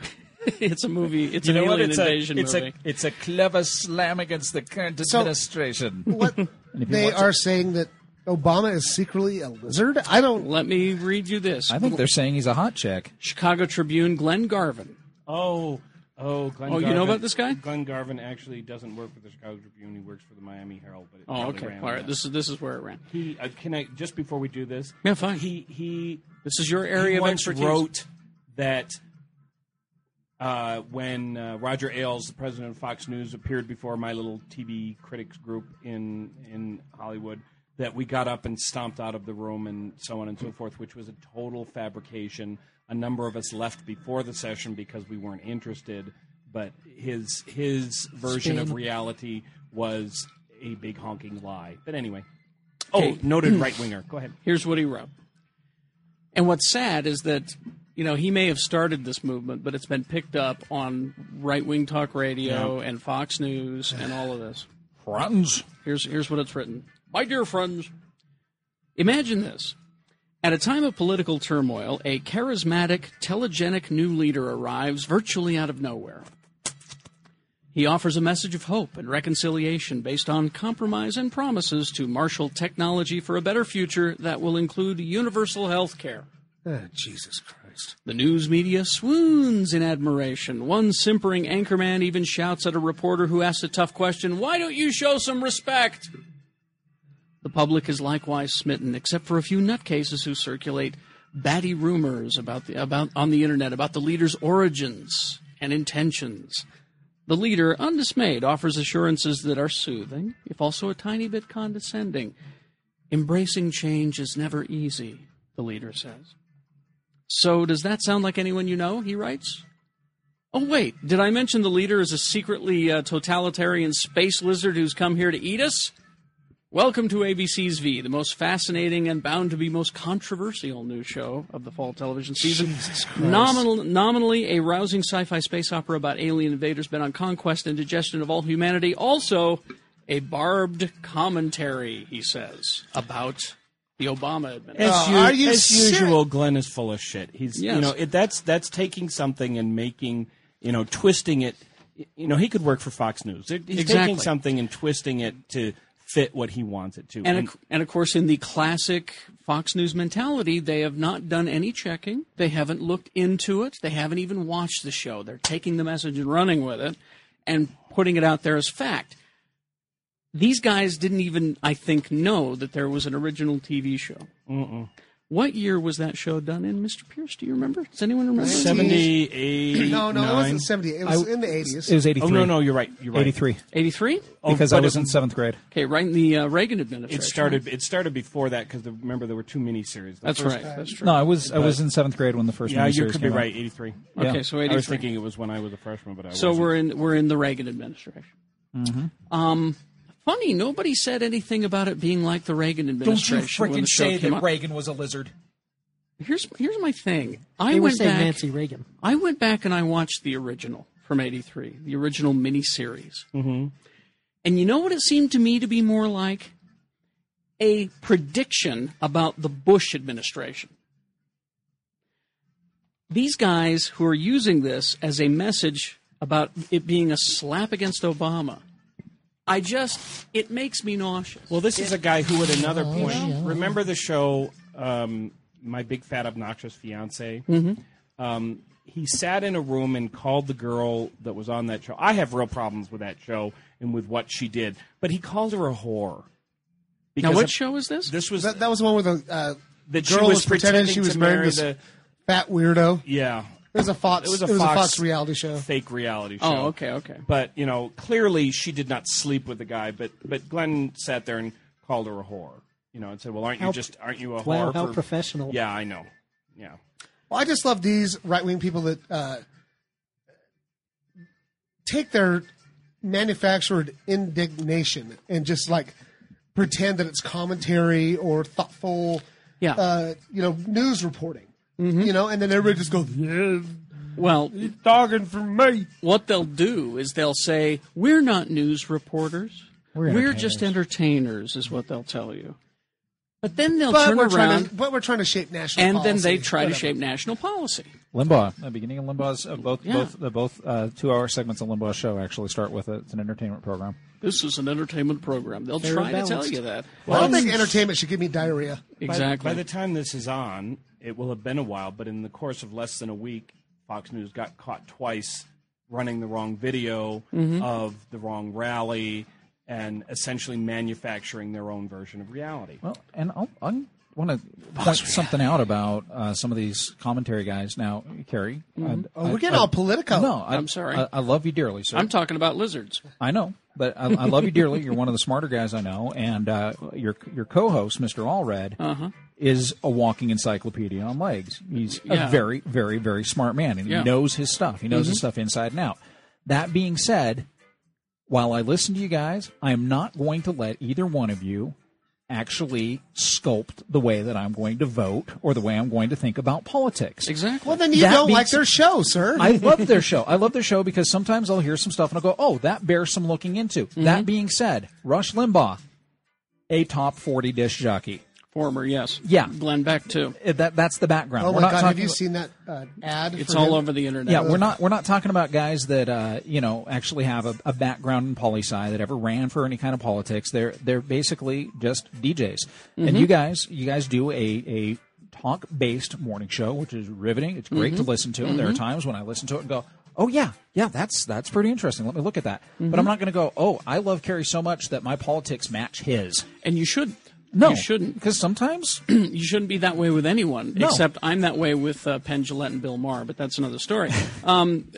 A: It's a movie. It's an alien invasion movie.
G: it's a clever slam against the current administration.
D: What they are saying that Obama is secretly a lizard? I don't.
A: Let me read you this.
G: I think they're saying he's a hot chick.
A: Chicago Tribune, Glenn Garvin.
E: Oh, oh, Glenn
A: Oh, you know
E: Garvin-
A: about this guy?
E: Glenn Garvin actually doesn't work for the Chicago Tribune. He works for the Miami Herald. But it
A: Oh,
E: probably
A: okay.
E: ran
A: All right.
E: that.
A: This is this is where it ran.
E: He uh, can I just before we do this?
A: Yeah, fine.
E: He he.
A: This is your
E: he
A: area of
E: once
A: expertise.
E: wrote that uh, when uh, Roger Ailes, the president of Fox News, appeared before my little TV critics group in in Hollywood, that we got up and stomped out of the room and so on and so forth, which was a total fabrication. A number of us left before the session because we weren't interested, but his his version of reality was a big honking lie. But anyway. Oh,
A: Okay.
E: noted right winger. Go ahead.
A: Here's what he wrote. And what's sad is that you know, he may have started this movement, but it's been picked up on right wing talk radio and Fox News and all of this.
G: Friends.
A: Here's here's what it's written. My dear friends, imagine this. At a time of political turmoil, a charismatic, telegenic new leader arrives virtually out of nowhere. He offers a message of hope and reconciliation based on compromise and promises to marshal technology for a better future that will include universal health care.
D: Ah, Jesus Christ.
A: The news media swoons in admiration. One simpering anchorman even shouts at a reporter who asks a tough question, Why don't you show some respect? The public is likewise smitten, except for a few nutcases who circulate batty rumors about the, about, on the internet about the leader's origins and intentions. The leader, undismayed, offers assurances that are soothing, if also a tiny bit condescending. Embracing change is never easy, the leader says. So, does that sound like anyone you know? He writes. Oh, wait, did I mention the leader is a secretly uh, totalitarian space lizard who's come here to eat us? Welcome to ABC's V, the most fascinating and bound to be most controversial news show of the fall television season. Nominal, nominally, a rousing sci fi space opera about alien invaders bent on conquest and digestion of all humanity. Also, a barbed commentary, he says, about the Obama administration.
E: As,
D: Oh,
E: u-
D: are you
E: as
D: serious?
E: usual, Glenn is full of shit. He's
A: Yes.
E: you know it, that's that's taking something and making you know twisting it. You know he could work for Fox News. He's
A: Exactly.
E: taking something and twisting it to fit what he wants it to.
A: And, of- and of course, in the classic Fox News mentality, they have not done any checking. They haven't looked into it. They haven't even watched the show. They're taking the message and running with it and putting it out there as fact. These guys didn't even, I think, know that there was an original TV show. Mm-mm. What year was that show done in, Mr. Pierce? Do you remember? Does anyone remember?
E: seventy eight.
D: No, no, it wasn't 70. It was in the 80s.
G: It was 83.
E: Oh no, no, you're right. You're right.
G: 83.
A: 83?
E: Oh,
G: Because I
E: but
G: was
E: it,
G: in seventh grade.
A: Okay, right in the uh, Reagan administration.
E: It started. It started before that because remember there were two miniseries. The
A: That's
E: first-
A: right. That's true.
G: No, I was I was in seventh grade when the first
E: Yeah, you
G: miniseries
E: could be
G: came out.
E: right. Eighty three.
A: Okay, so 83.
E: I was thinking it was when I was a freshman, but I
A: So
E: wasn't. Mm-hmm.
A: we're in we're in the Reagan administration. Um, funny, nobody said anything about it being like the Reagan administration. when the show came out.
G: Reagan was a lizard?
A: Here's here's my thing. I
F: They were
A: went
F: saying
A: back.
F: Nancy Reagan.
A: I went back and I watched the original from '83, the original miniseries. Mm-hmm. And you know what it seemed to me to be more like a prediction about the Bush administration. These guys who are using this as a message about it being a slap against Obama, I just it makes me nauseous.
E: Well, this is a guy who, at
D: Oh,
E: another point, remember the show, um, My Big Fat Obnoxious Fiance?
D: Mm-hmm.
E: Um, he sat in a room and called the girl that was on that show. I have real problems with that show and with what she did, but he called her a whore.
A: now,
E: Because
A: what
E: of-
A: show is this?
E: This was
D: That, that was the one where the uh,
E: that she
D: girl
E: was,
D: was pretending
E: pretending
D: she was
E: to
D: married
E: marry
D: to
E: the
D: fat weirdo.
E: yeah
D: It was a Fox. It was a, Fox, reality show.
E: fake reality show.
A: oh, okay, okay.
E: But you know, clearly she did not sleep with the guy. But but Glenn sat there and called her a whore. You know, and said, "Well, aren't
F: How-
E: you just aren't you a
F: Wow,
E: whore?"
F: how
E: for-
F: professional.
E: Yeah, I know. Yeah,
D: Well, I just love these right wing people that uh, take their manufactured indignation and just like pretend that it's commentary or thoughtful,
A: Yeah.
D: uh, you know, news reporting.
A: Mm-hmm.
D: You know, and then everybody just goes, yeah,
A: Well,
E: talking for me.
A: what they'll do is they'll say, "We're not news reporters. We're, just entertainers," is what they'll tell you. But then they'll
D: but
A: turn
D: we're
A: around
D: trying to, but we're trying to shape national.
A: and then they
D: policy.
A: try to
D: Whatever.
A: shape national policy.
G: Limbaugh. The beginning of Limbaugh's uh, both
A: Yeah.
G: both uh, both uh, two hour segments on Limbaugh's show actually start with it. It's an entertainment program.
A: This is an entertainment program. They'll
F: Fair
A: try
F: and
A: to tell
F: balanced.
A: you that
D: I don't think entertainment should give me diarrhea.
A: exactly.
E: By, the time this is on, it will have been a while. But in the course of less than a week, Fox News got caught twice running the wrong video
A: Mm-hmm.
E: of the wrong rally and essentially manufacturing their own version of reality.
G: Well, and I'll, I want to point something out about uh, some of these commentary guys. Now, Carrie, I'd-
A: Uh,
D: Oh, we're
G: I'd-
D: getting all political.
G: No, I,
A: I'm sorry.
G: I, I love you dearly, sir.
A: I'm talking about lizards.
G: I know, but I, I love you dearly. You're one of the smarter guys I know, and uh, your your co-host, Mr. Allred,
A: Uh-huh.
G: is a walking encyclopedia on legs. He's
A: Yeah.
G: a very, very, very smart man, and
A: Yeah. Mm-hmm.
G: he knows his stuff. He knows his stuff inside and out. That being said, while I listen to you guys, I am not going to let either one of you actually sculpt the way that I'm going to vote or the way I'm going to think about politics.
A: Exactly.
D: Well, then you
G: That
D: don't like
G: beats-
D: their show, sir.
G: I love their show. I love their show because sometimes I'll hear some stuff and I'll go, "Oh, that bears some looking into." That being said, Rush Limbaugh, a top forty disc jockey.
A: Former, yes.
G: Yeah.
A: Glenn Beck too.
G: Uh, That that's the background.
D: oh
G: We're
D: my
G: not
D: God, have
G: talking
D: you
G: about-
D: seen that uh, ad?
A: It's
D: for
A: all
D: him?
A: over the internet.
G: Yeah, we're not we're not talking about guys that uh, you know actually have a, a background in poli sci that ever ran for any kind of politics. They're they're basically just DJs.
A: Mm-hmm.
G: And you guys you guys do a a talk based morning show, which is riveting. It's great
A: Mm-hmm.
G: to listen to. And there are times when I listen to it and go, oh yeah, yeah, that's that's pretty interesting. Let me look at that. But
A: Mm-hmm.
G: I'm not going to go, oh, I love Kerry so much that my politics match his.
A: And you should.
G: No,
A: You shouldn't.
G: because sometimes
A: You shouldn't be that way with anyone,
G: No.
A: except I'm that way with uh, Penn Gillette and Bill Maher, but that's another story. um,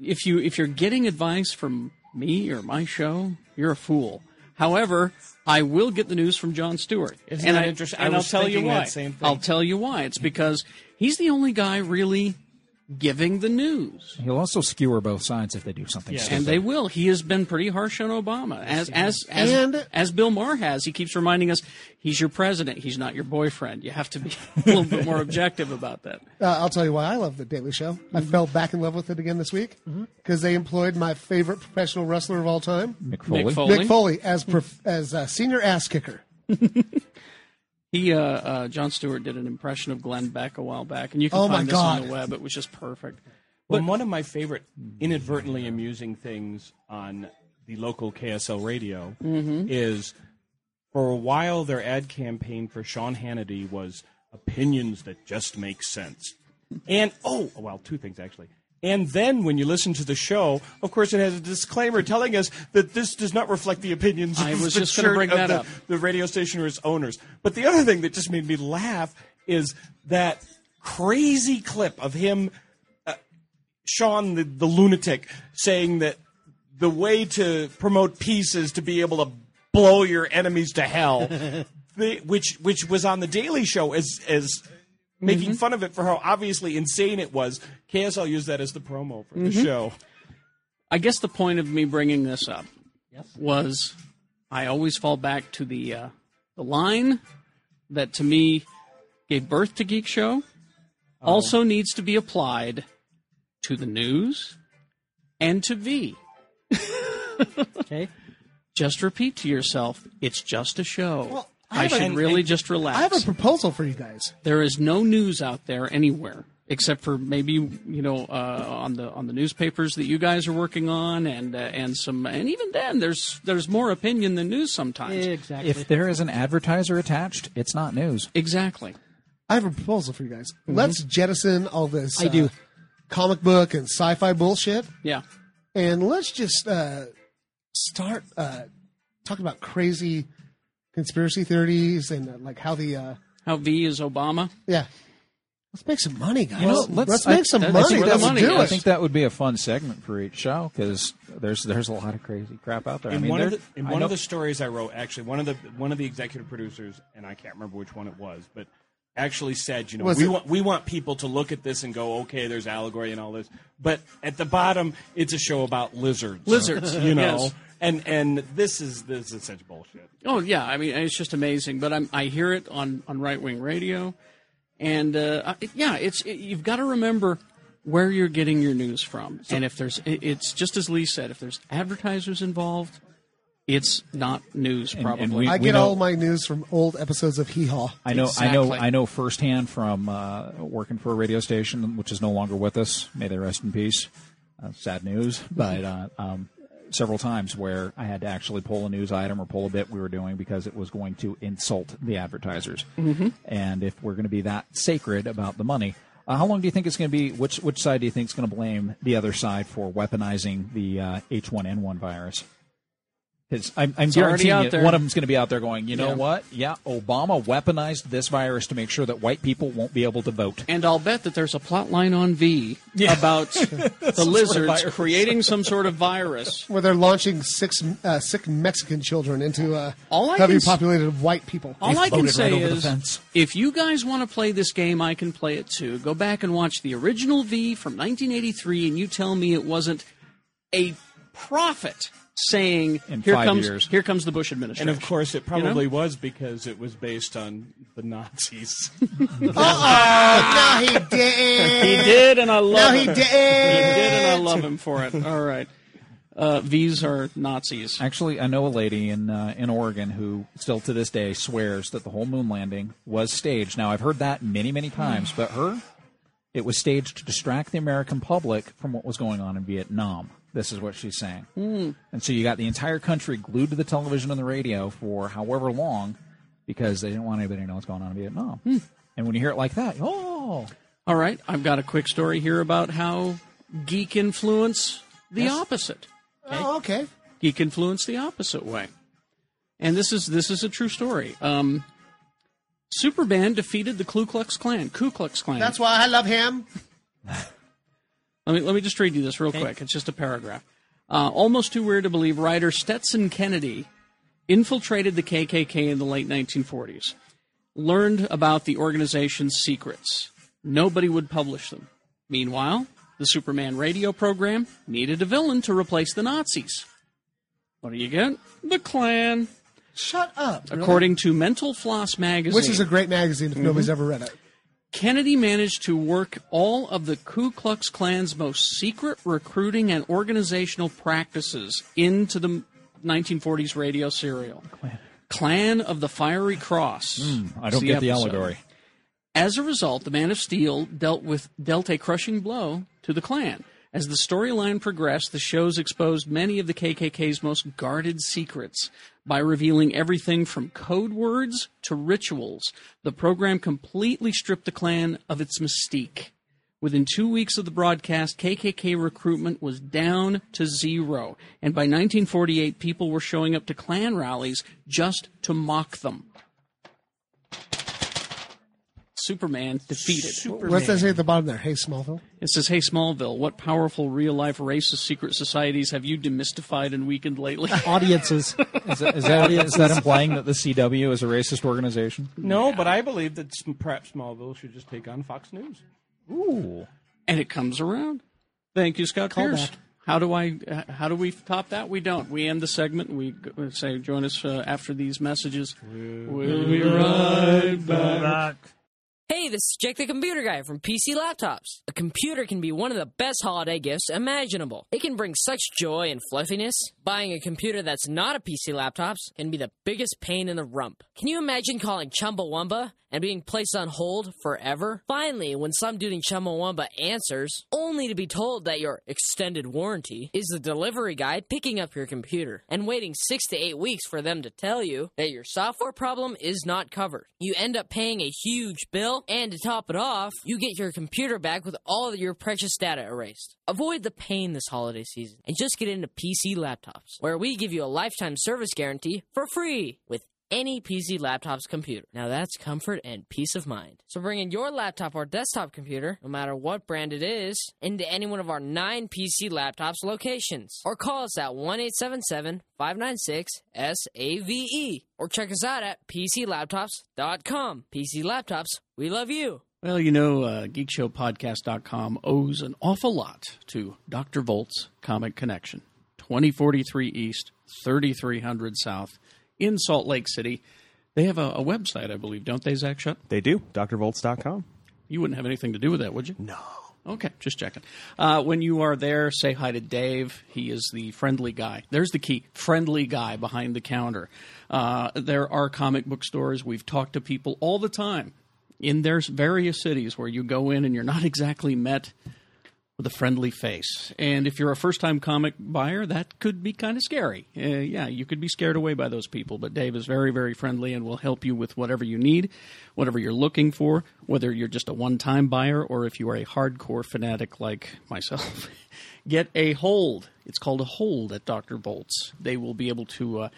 A: if you if you're getting advice from me or my show, you're a fool. However, I will get the news from John Stewart,
E: Isn't
A: and
E: that
A: I,
E: interesting?
A: And
E: I
A: will
E: was
A: tell you
E: thinking
A: why.
E: that same thing.
A: I'll tell you why. It's because he's the only guy really giving the news.
G: he'll also skewer both sides if they do something. stupid.
A: And they will. He has been pretty harsh on Obama, as as as,
D: And-
A: as Bill Maher has. He keeps reminding us he's your president. He's not your boyfriend. You have to be a little bit more objective about that.
D: Uh, I'll tell you why I love the Daily Show. I
A: Mm-hmm.
D: fell back in love with it again this week because they employed my favorite professional wrestler of all time,
G: Mick
A: Mick
G: Foley.
A: Foley.
D: Mick Foley, as prof- as a senior ass kicker.
A: He, uh, uh, John Stewart did an impression of Glenn Beck a while back, and you can
D: Oh, my
A: find this on
D: God.
A: the web. It was just perfect.
E: Well, one of my favorite inadvertently amusing things on the local KSL radio is for a while their ad campaign for Sean Hannity was opinions that just make sense. And oh, well, two things actually. And then when you listen to the show, of course, it has a disclaimer telling us that this does not reflect the opinions
A: I
E: of
A: was
E: the
A: just gonna
E: church-
A: bring
E: of
A: that
E: the-
A: up.
E: the radio station or its owners. But the other thing that just made me laugh is that crazy clip of him uh, Sean, the, the lunatic, saying that the way to promote peace is to be able to blow your enemies to hell, the, which which was on the Daily Show as as making fun of it for how obviously insane it was. KSL used that as the promo for the show.
A: I guess the point of me bringing this up was I always fall back to the uh, the line that to me gave birth to Geek Show also needs to be applied to the news and to V.
F: Okay.
A: Just repeat to yourself, it's just a show.
D: Well, I
A: I,
D: have a-
A: should
D: and-
A: really
E: and-
A: just relax.
D: I have a proposal for you guys.
A: there is no news out there anywhere except for maybe you know uh, on the on the newspapers that you guys are working on and uh, and some and even then there's there's more opinion than news sometimes
F: Exactly.
G: If there is an advertiser attached, it's not news.
A: exactly
D: I have a proposal for you guys.
A: Mm-hmm.
D: Let's jettison all this. uh,
F: I do.
D: comic book and sci-fi bullshit,
A: yeah
D: and let's just uh, start uh, talking about crazy conspiracy theories and uh, like how the uh,
A: how V is Obama
D: yeah. Let's make some money, guys.
G: know,
D: let's,
G: let's-
D: make
G: I-
D: some
A: I think
D: money.
A: we're the
D: Let's
A: money,
D: do
A: yeah.
G: I
D: it.
G: think that would be a fun segment for each show because there's there's a lot of crazy crap out there. I
E: In
G: mean,
E: one of
G: there-
E: the in
G: I
E: one
G: know-
E: of the stories I wrote, actually, one of the one of the executive producers, and I can't remember which one it was, but actually said, you know,
D: Was
E: we
D: it-
E: want we want people to look at this and go, okay, there's allegory and all this, but at the bottom, it's a show about lizards,
A: Lizards,
E: you know,
A: yes.
E: and and this is this is such bullshit.
A: oh yeah I mean it's just amazing but I'm, I hear it on on right wing radio and uh, I- yeah it's it, you've got to remember where you're getting your news from and if there's it- it's just as Lee said if there's advertisers involved it's not news
G: and
A: probably
G: we-
D: I get
G: know-
D: all my news from old episodes of Hee Haw.
G: I know, I know,
A: Exactly.
G: I know firsthand from uh, working for a radio station, which is no longer with us. May they rest in peace. Uh, sad news, but uh, um, several times where I had to actually pull a news item or pull a bit we were doing because it was going to insult the advertisers. Mm-hmm. And if we're going to be that sacred about the money, uh, how long do you think it's going to be? Which which side do you think is going to blame the other side for weaponizing the uh, H1N1 virus? Because I'm, I'm
A: already
G: guaranteeing
A: out
G: it,
A: there.
G: one of them's going to be out there going, you know
A: Yeah.
G: what? Yeah, Obama weaponized this virus to make sure that white people won't be able to vote.
A: And I'll bet that there's a plot line on V about the lizards
G: virus.
A: creating some sort of virus.
D: where they're launching six uh, sick Mexican children into uh,
A: All I
D: heavily
A: can s-
D: populated white people.
A: All I can
G: floated
A: say
G: right over the
A: is,
G: fence.
A: if you guys want to play this game, I can play it too. Go back and watch the original V from 1983, and you tell me it wasn't a profit saying
G: In
A: here
G: five
A: comes
G: years."
A: here comes the Bush administration.
E: And of course, it probably was because it was based on the Nazis.
D: Uh-oh. no, he didn't.
A: he did, and I
D: No,
A: love
D: he
A: him.
D: didn't.
A: He did, and I love him for it. All right. Uh, these are Nazis.
G: Actually, I know a lady in uh, in Oregon who still to this day swears that the whole moon landing was staged. Now I've heard that many many times, but her it was staged to distract the American public from what was going on in Vietnam. This is what she's saying. And so you got the entire country glued to the television and the radio for however long because they didn't want anybody to know what's going on in Vietnam. And when you hear it like that, oh,
A: All right, I've got a quick story here about how geek influence the opposite.
D: Oh, okay.
A: Geek influence the opposite way. And this is this is a true story. Um, Superman defeated the Ku Klux Klan. Ku Klux Klan.
D: That's why I love him.
A: Let me let me just read you this real quick. It's just a paragraph. Uh, almost too weird to believe. Writer Stetson Kennedy infiltrated the KKK in the late 1940s. Learned about the organization's secrets. Nobody would publish them. Meanwhile, the Superman radio program needed a villain to replace the Nazis. What do you get? The Klan.
D: Shut up. really?
A: According to Mental Floss magazine,
D: Which is a great magazine if nobody's ever read it.
A: Kennedy managed to work all of the Ku Klux Klan's most secret recruiting and organizational practices into the 1940s radio serial. Clan of the Fiery Cross.
G: Hmm, I don't
A: It's
G: get the
A: episode.
G: allegory.
A: As a result, the Man of Steel dealt with dealt a crushing blow to the Klan. As the storyline progressed, the shows exposed many of the KKK's most guarded secrets by revealing everything from code words to rituals. The program completely stripped the Klan of its mystique. Within two weeks of the broadcast, KKK recruitment was down to zero, and by 1948, people were showing up to Klan rallies just to mock them. Superman defeated.
D: What's that say at the bottom there? Hey, Smallville.
A: It says, "Hey Smallville, what powerful real-life racist secret societies have you demystified and weakened lately?"
F: Audiences.
G: Is that, is that, is that implying that the CW is a racist organization?
E: no, but I believe that s- perhaps Smallville should just take on Fox News.
G: Ooh.
A: and it comes around. Thank you, Scott Pierce. How do I? uh, How do we top that? We don't. We end the segment. We g- we say, "Join us uh, after these messages." We'll be right back.
H: Hey, this is Jake the Computer Guy from PC Laptops. A computer can be one of the best holiday gifts imaginable. It can bring such joy and fluffiness. Buying a computer that's not a PC Laptops can be the biggest pain in the rump. Can you imagine calling Chumbawamba and being placed on hold forever? Finally, when some dude in Chumbawamba answers, only to be told that your extended warranty is the delivery guy picking up your computer and waiting six to eight weeks for them to tell you that your software problem is not covered. You end up paying a huge bill, and to top it off, you get your computer back with all of your precious data erased. Avoid the pain this holiday season and just get into PC laptops, where we give you a lifetime service guarantee for free with any PC laptop's computer. Now that's comfort and peace of mind. So bring in your laptop or desktop computer, no matter what brand it is, into any one of our nine PC laptops locations. Or call us at 1 877 596 SAVE. E. Or check us out at PCLaptops.com. PC Laptops, we love you.
A: Well, you know, uh, geekshowpodcast.com owes an awful lot to Dr. Volt's Comic Connection, 2043 East, 3300 South in Salt Lake City. They have a, a website, I believe, don't they, Zach Shutt?
C: They do. DrVolts.com.
A: You wouldn't have anything to do with that, would you? No. Okay, just checking. Uh, when you are there, say hi to Dave. He is the friendly guy. There's the key friendly guy behind the counter. Uh, there are comic book stores. We've talked to people all the time in their various cities where you go in and you're not exactly met with a friendly face. And if you're a first time comic buyer, that could be kind of scary. Uh, yeah, you could be scared away by those people, but Dave is very, very friendly and will help you with whatever you need, whatever you're looking for, whether you're just a one time buyer or if you are a hardcore fanatic like myself. Get a hold. It's called a hold at Dr. Bolt's. They will be able to uh,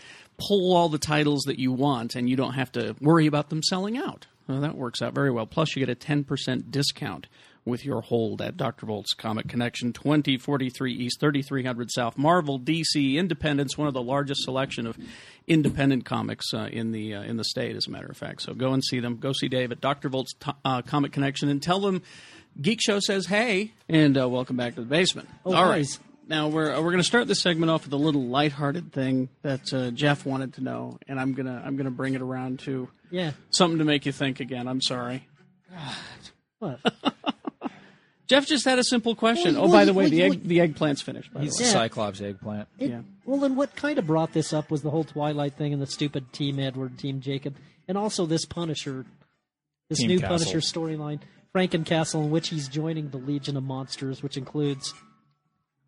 A: pull all the titles that you want, and you don't have to worry about them selling out. Well, that works out very well. Plus, you get a 10% discount with your hold at Dr. Volt's Comic Connection, 2043 East, 3300 South, Marvel, DC, Independence, one of the largest selection of independent comics uh, in the uh, in the state, as a matter of fact. So go and see them. Go see Dave at Dr. Volt's to- uh, Comic Connection and tell them Geek Show says hey, and uh, welcome back to the basement.
F: Oh,
A: All right.
F: nice.
A: Now we're uh, we're going to start this segment off with a little lighthearted thing that uh, Jeff wanted to know, and I'm gonna I'm gonna bring it around to
F: Yeah.
A: something to make you think again. I'm sorry.
F: What?
A: Jeff just had a simple question.
F: Well,
A: oh, by
F: well,
A: the way,
F: well,
A: the
F: well,
A: egg, the eggplant's finished. By the
G: He's
A: way,
G: a
F: Yeah.
G: Cyclops eggplant.
F: It-
A: Yeah.
F: Well, and what kind of brought this up was the whole Twilight thing and the stupid Team Edward, Team Jacob, and also this Punisher, this
G: Team
F: new
G: Castle.
F: Punisher storyline, Frankencastle, in which he's joining the Legion of Monsters, which includes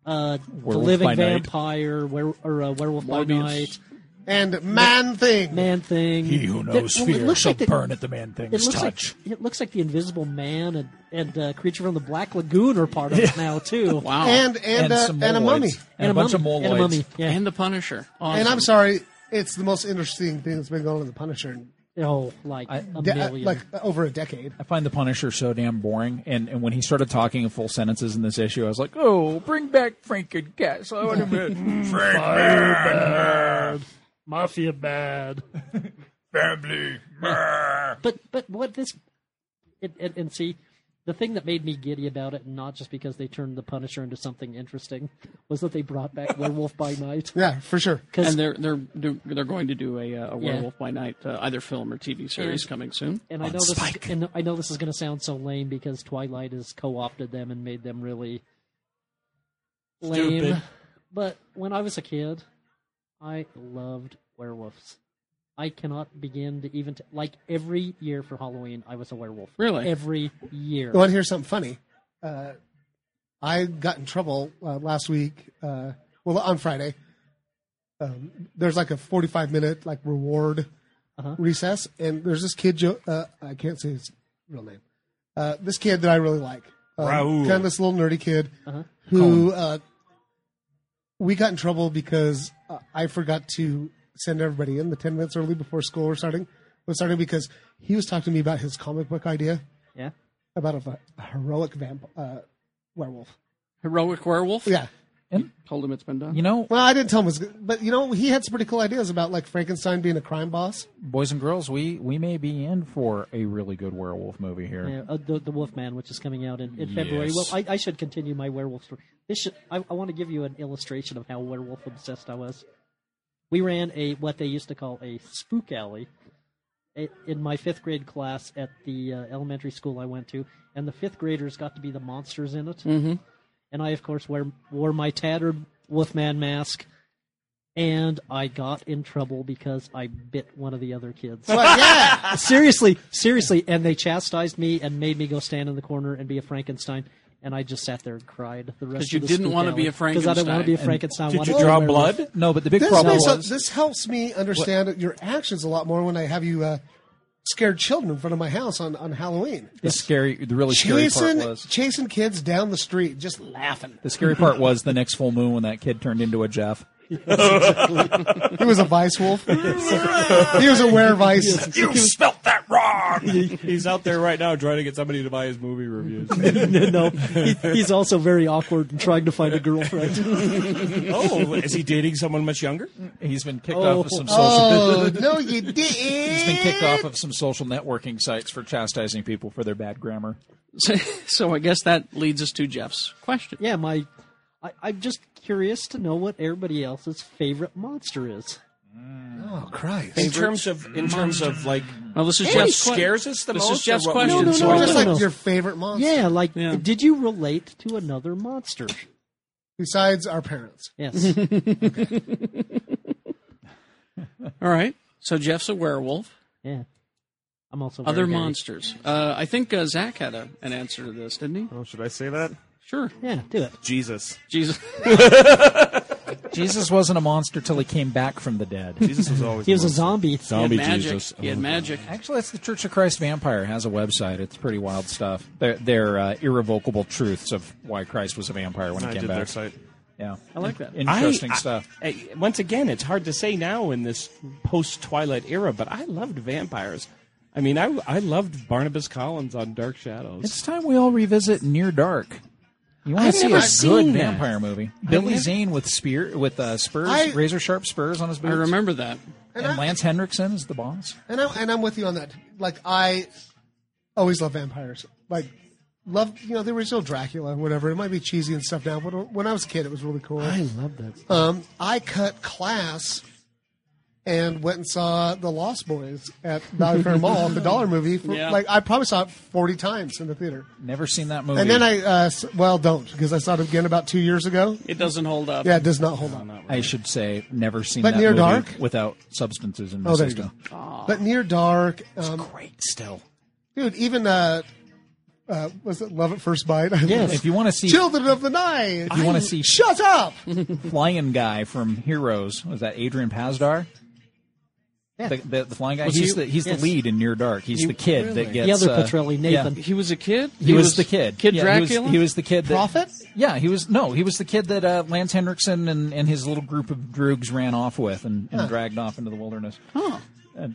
F: uh, the
G: Werewolf
F: Living
G: by Night.
F: Vampire, were, or uh, Werewolf by
A: Morbius.
F: Night,
D: And man thing.
F: Man Thing.
G: He who
F: That-
G: knows
F: well, it
G: fear
F: looks
G: shall
F: like the-
G: burn at the man
F: It
G: thing's
F: looks
G: touch.
F: like it looks like the Invisible Man and and uh, Creature from the Black Lagoon are part of it now too.
A: wow,
D: And and uh,
G: some
D: and a
G: moloids.
D: mummy.
G: And, a bunch
F: mummy,
G: of
F: and a mummy.
G: moloids.
F: Yeah.
A: and the Punisher. Awesome.
D: And I'm sorry, it's the most interesting thing that's been going on in the Punisher in
F: oh, like a
D: de- uh,
F: million.
D: like uh, over a decade.
G: I find the Punisher so damn boring. And, and when he started talking in full sentences in this issue, I was like, oh, bring back Frank and Cass. I want him to
F: Mafia bad.
G: family.
F: But but what this and, and, and see the thing that made me giddy about it, and not just because they turned the Punisher into something interesting, was that they brought back Werewolf by Night.
D: Yeah, for sure.
A: And they're they're they're they're going to do a, uh, a
F: Yeah.
A: werewolf by night uh, either film or TV series
F: And-
A: coming soon.
F: And I know this is, and I know this is going to sound so lame because Twilight has co-opted them and made them really lame.
G: Stupid.
F: But when I was a kid, I loved werewolves. I cannot begin to even t- like every year for Halloween. I was a werewolf.
A: Really?
F: Every year.
D: You want to hear something funny? Uh, I got in trouble uh, last week. Uh, well, on Friday, um, there's like a 45 minute like reward recess, and there's this kid. Jo- uh, I can't say his real name. Uh, this kid that I really like, um,
E: Raoul.
D: kind of this little nerdy kid, who uh, we got in trouble because uh, I forgot to send everybody in the 10 minutes early before school was starting. Was starting because he was talking to me about his comic book idea
F: yeah.
D: about a, vi- a heroic vamp uh, werewolf.
A: Heroic werewolf.
D: Yeah.
A: Told him it's been done.
G: You know,
D: Well, I didn't tell him, it was, good, but you know, he had some pretty cool ideas about like Frankenstein being a crime boss.
G: boys and girls, we, we may be in for a really good werewolf movie here.
F: Yeah, uh, the, the Wolfman, which is coming out in, in February. Well, I, I should continue my werewolf story. This should, I, I want to give you an illustration of how werewolf obsessed I was. We ran a what they used to call a spook alley i- in my fifth grade class at the uh, elementary school I went to, and the fifth graders got to be the monsters in it. Mm-hmm. And I, of course, wear, wore my tattered Wolfman mask, and I got in trouble because I bit one of the other kids
D: But yeah,
F: seriously, seriously, and they chastised me and made me go stand in the corner and be a Frankenstein, and I just sat there and cried the rest.
A: 'Cause you
F: of the
A: didn't wanna be a
F: because I didn't want to be a
A: Frankenstein.
F: Frankenstein.
G: Uh,
F: I
E: Did
F: wanted
E: you
F: to be a
E: draw
F: werewolf.
E: blood?
G: No, but the big
D: this,
G: problem
D: makes- so
G: was
D: this helps me understand your actions a lot more when I have you uh, scared children in front of my house on, on Halloween.
G: the scary, the really scary part
D: Chasing,
G: was
D: chasing kids down the street, just laughing.
G: the scary part was the next full moon when that kid turned into a Jeff.
D: He was a vice wolf. he was a were vice.
G: You spelt that wrong.
E: He's out there right now trying to get somebody to buy his movie reviews.
F: no, he, he's also very awkward and trying to find a girlfriend.
E: oh, is he dating someone much younger?
G: He's been kicked
F: Oh.
G: off of some social.
D: Oh no, you didn't.
G: He's been kicked off of some social networking sites for chastising people for their bad grammar.
A: So, so I guess that leads us to Jeff's question.
F: yeah, my, I, I'm just curious to know what everybody else's favorite monster is.
D: Oh Christ!
E: In terms of in terms of like
A: Well, this is
E: What
A: Jeff's que-
E: scares us the
A: this
E: most
A: is
E: or
A: Jeff's
E: what we
A: question.
F: No, no,
A: so
F: no,
A: I
D: Or
F: no,
D: just
A: don't-
D: like your favorite monster.
F: Yeah, like,
A: Yeah.
F: did you relate to another monster?
D: Besides our parents.
F: Yes.
A: All right. So Jeff's a werewolf.
F: yeah. I'm also
A: Other
F: very hairy.
A: monsters. Uh, I think uh, Zach had a, an answer to this, didn't he?
B: Oh, should I say that?
A: Sure.
F: Yeah, do it.
B: Jesus.
A: Jesus.
G: Jesus wasn't a monster till he came back from the dead.
B: Jesus was always.
F: He was a
B: monster.
F: zombie.
A: he had magic. He
B: Oh,
A: had magic.
G: Actually, that's the Church of Christ Vampire has a website. It's pretty wild stuff. They're, they're uh, irrevocable truths of why Christ was a vampire when
B: I
G: he came
B: did
G: back.
B: their site.
G: Yeah,
A: I like that.
G: interesting
E: I- I-
G: stuff.
E: eh, once again, it's hard to say now in this post Twilight era, but I loved vampires. I mean, I, I loved Barnabas Collins on Dark Shadows.
G: It's time we all revisit Near Dark. You want
E: I've
G: to see
E: never
G: a good
E: seen that.
G: vampire movie? Billy Zane with spear with uh, spurs,
D: I-
G: razor sharp spurs on his
A: I
G: boots,
A: remember that.
G: and Lance Henriksen is the boss.
D: And I'm and I'm with you on that. Like I always love vampires. Like loved, you know, the original Dracula, whatever. It might be cheesy and stuff now, but when I was a kid, it was really cool.
F: I love that. Stuff.
D: Um, I cut class and went and saw The Lost Boys at Valley Fair Mall, the dollar movie. For,
A: Yeah.
D: Like, I probably saw it 40 times in the theater.
G: Never seen that movie.
D: And then I, uh, s- well, don't, because I saw it again about two years ago.
A: It doesn't hold up.
D: Yeah, it does not hold on.
G: I should say, never seen
D: But
G: that
D: Near
G: movie
D: Dark?
G: without substances in my
D: Oh, there you
G: system.
D: But Near Dark, um,
G: Great, still.
D: dude, even, uh, uh, was it Love at First Bite?
G: If you want to see
D: Children of the Night.
G: If you wanna see-
D: Shut up!
G: flying guy from Heroes, was that Adrian Pasdar?
F: Yeah.
G: The, the, the flying guy.
F: Was
G: he's
F: he-
G: the he's
F: yes.
G: the lead in Near Dark. He's the kid that gets
F: The other
G: uh,
F: Petrelli,
G: yeah.
F: Nathan.
A: He was a kid.
G: He was the kid.
A: Kid
G: Yeah,
A: Dracula.
G: He was, he was the kid that.
F: Prophet?
G: Yeah, he was. No, he was the kid that uh, Lance Henriksen and, and his little group of droogs ran off with and, and dragged off into the wilderness uh,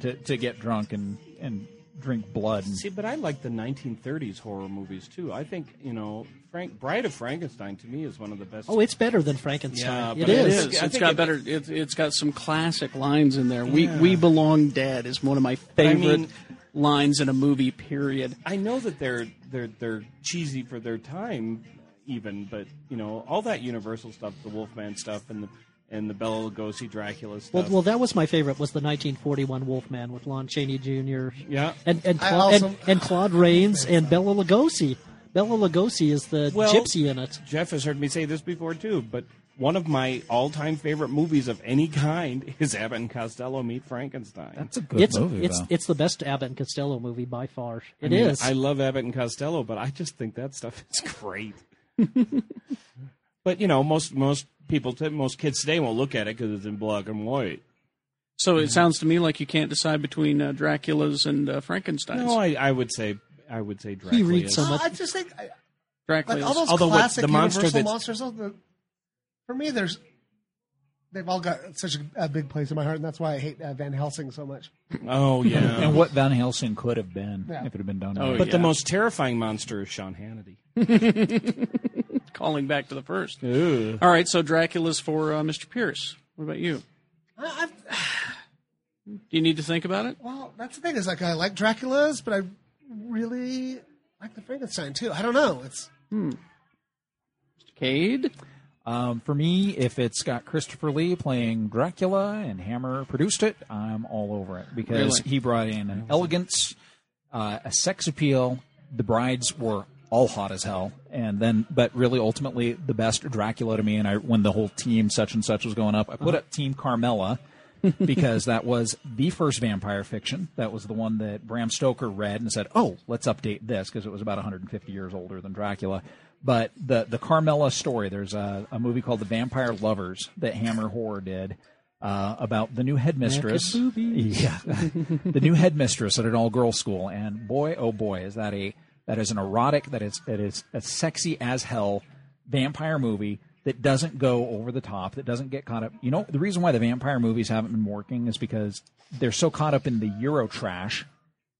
G: to, to get drunk and, and drink blood. And,
E: See, but I like the 1930s horror movies too. I think you know, Frank Bride of Frankenstein to me is one of the best.
F: Oh, it's better than Frankenstein.
E: Yeah,
F: it
E: but it
F: is.
E: is. I
A: It's
E: think
A: got
E: it-
A: better. It, it's got some classic lines in there. We we belong dead is one of my favorite
E: mean-
A: lines in a movie. Period.
E: I know that they're they're they're cheesy for their time, even. But you know, all that Universal stuff, the Wolfman stuff, and the and the Bela Lugosi Dracula stuff.
F: Well, well, that was my favorite. Was the 1941 Wolfman with Lon Chaney Jr.
E: Yeah.
F: and and,
D: I
F: Cla-
D: also-
F: and, and Claude Rains and Bella Lugosi. Bella Lugosi is the
E: Well-
F: gypsy in it.
E: Jeff has heard me say this before too, but one of my all-time favorite movies of any kind is Abbott and Costello Meet Frankenstein.
G: that's a good
F: It's
G: movie.
F: it's
G: though.
F: it's the best Abbott and Costello movie by far. It
E: I mean,
F: is.
E: I love Abbott and Costello, but I just think that stuff is great. but you know, most most people, t- most kids today won't look at it because it's in black and white.
A: So it sounds to me like you can't decide between uh, Dracula's and uh, Frankenstein's.
E: No, I, I would say I would say Dracula.
F: he reads
E: is-
F: so
D: Uh,
F: much.
D: I just think, I, like
A: Dracula's.
D: all those
E: Although what-
D: classic
E: the monster
D: Universal
E: that's-
D: monsters, all the, for me, there's they've all got such a, a big place in my heart, and that's why I hate uh, Van Helsing so much.
E: Oh yeah.
G: and what Van Helsing could have been
D: Yeah.
G: if it had been done.
A: Oh,
G: right.
E: but the
A: Yeah.
E: most terrifying monster is Sean Hannity.
A: calling back to the first. All right, so Dracula's for uh, Mr. Pierce. What about you?
D: I, I've,
A: Do you need to think about it?
D: well, that's the thing is like I like Dracula's, but I really like the Frankenstein too. I don't know. It's
A: Cade?
G: Um, for me, if it's got Christopher Lee playing Dracula and Hammer produced it, I'm all over it because
A: Really?
G: he brought in an elegance, uh, a sex appeal. The brides were all hot as hell, and then, but really, ultimately, the best Dracula to me. And I, when the whole team such and such was going up, I put up Team Carmella because that was the first vampire fiction. That was the one that Bram Stoker read and said, "Oh, let's update this" because it was about 150 years older than Dracula. But the the Carmella story. There's a, a movie called The Vampire Lovers that Hammer Horror did uh, about the new headmistress. Yeah, the new headmistress at an all girls school, and boy, oh boy, is that a that is an erotic that is that is a sexy as hell vampire movie that doesn't go over the top, that doesn't get caught up. You know, the reason why the vampire movies haven't been working is because they're so caught up in the Euro trash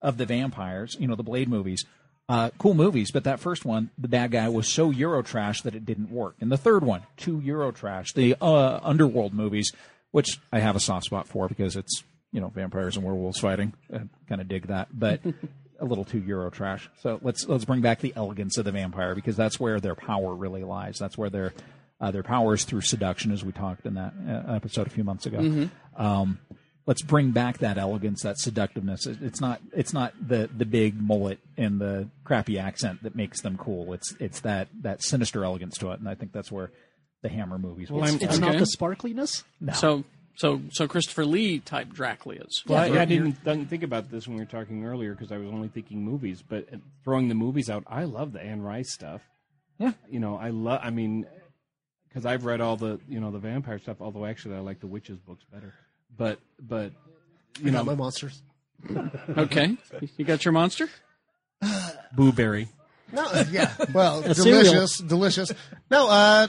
G: of the vampires, you know, the Blade movies. Uh, cool movies, but that first one, the bad guy was so Euro trash that it didn't work. And the third one, too Euro trash, the uh, underworld movies, which I have a soft spot for because it's, you know, vampires and werewolves fighting. I kind of dig that, but a little too Euro trash. So let's let's bring back the elegance of the vampire because that's where their power really lies. That's where their uh, their power is through seduction, as we talked in that uh, episode a few months ago. Um, let's bring back that elegance, that seductiveness. It- It's not it's not the the big mullet and the crappy accent that makes them cool. It's it's that that sinister elegance to it, and I think that's where the Hammer movies. Well,
F: it's it's not
A: okay.
F: the sparkliness.
A: So so so Christopher Lee type Dracula's.
E: Well, I, I didn't, didn't think about this when we were talking earlier because I was only thinking movies. But uh, throwing the movies out, I love the Anne Rice stuff.
G: Yeah.
E: you know, I love. I mean, because I've read all the you know the vampire stuff. Although actually, I like the witches books better. But but you
D: not
E: know,
D: my monsters.
A: Okay. You got your monster?
E: Booberry.
D: No, yeah. Well,
F: cereal.
D: delicious, delicious. No, uh,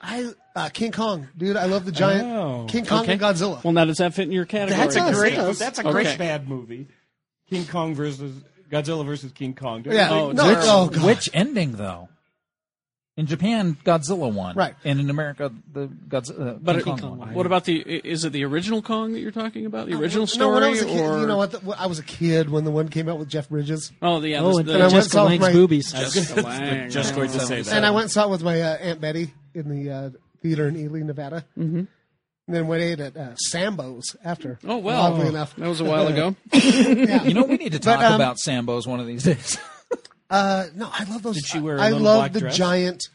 D: I uh, King Kong, dude. I love the giant
E: Oh.
D: King Kong and Godzilla.
A: Well, now does that fit in your category?
D: That's a great-
E: Great, that's a great
A: Okay.
E: bad movie. King Kong versus Godzilla versus King Kong. Don't you
D: yeah.
E: think?
A: Oh,
D: no,
A: it's
D: oh, God.
G: which ending though? In Japan, Godzilla won.
D: Right.
G: And in America, the Godzilla. Uh,
A: But
G: King
A: it-
G: Kong won.
A: What about the? i- Is it the original Kong that you're talking about? The original
D: No,
A: story,
D: when I was a kid,
A: or
D: Uh, you know what? The, I was a kid when the one came out with Jeff Bridges,
A: oh, the, yeah,
F: Oh,
A: this-
F: and,
A: the,
F: and
D: I went
F: Jessica
D: off
F: Lange's
D: my-
F: boobies.
A: Just Lang.
E: just going to say that.
D: Oh, and I went and saw it with my uh, aunt Betty in the uh, theater in Ely, Nevada, mm-hmm. and then went ate at uh, Sambo's after.
A: Oh well,
D: oddly enough,
A: that was a while ago.
G: You know, we need to talk
D: um,
G: about Sambo's one of these days.
D: Uh, no, I love those.
E: Did she wear a
D: I
E: little
D: love
E: black
D: the
E: dress?
D: giant,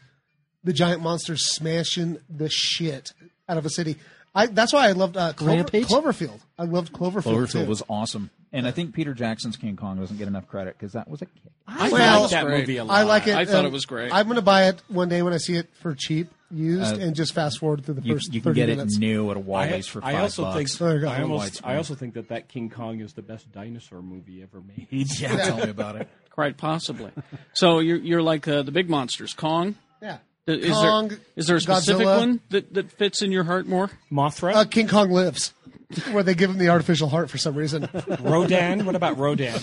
D: the giant monster smashing the shit out of a city. I, that's why I loved uh, Clover,
F: Rampage?
D: Cloverfield. I loved Cloverfield.
G: Cloverfield
D: too.
G: was awesome. And I think Peter Jackson's King Kong doesn't get enough credit because that was a kick.
A: I
D: Well,
A: thought it was
E: that
A: great.
E: movie a lot.
D: I like it.
A: I thought
D: um,
A: it was great.
D: I'm going to buy it one day when I see it for cheap, used, and just fast forward through the
G: You,
D: first
G: you can
D: 30
G: get
D: minutes.
G: it new at a
E: I,
G: Wally's for
E: I
G: five
E: also
G: bucks.
E: think
D: There you go.
E: I, almost,
G: White
E: I also think that that King Kong is the best dinosaur movie ever made.
G: yeah, tell me about it.
A: Quite possibly. So you're you're like uh, the big monsters, Kong.
D: Yeah.
A: Th- Is
D: Kong,
A: there is there a specific
D: Godzilla.
A: one that, that fits in your heart more?
E: Mothra,
D: Uh, King Kong Lives, where they give him the artificial heart for some reason.
E: Rodan. What about Rodan?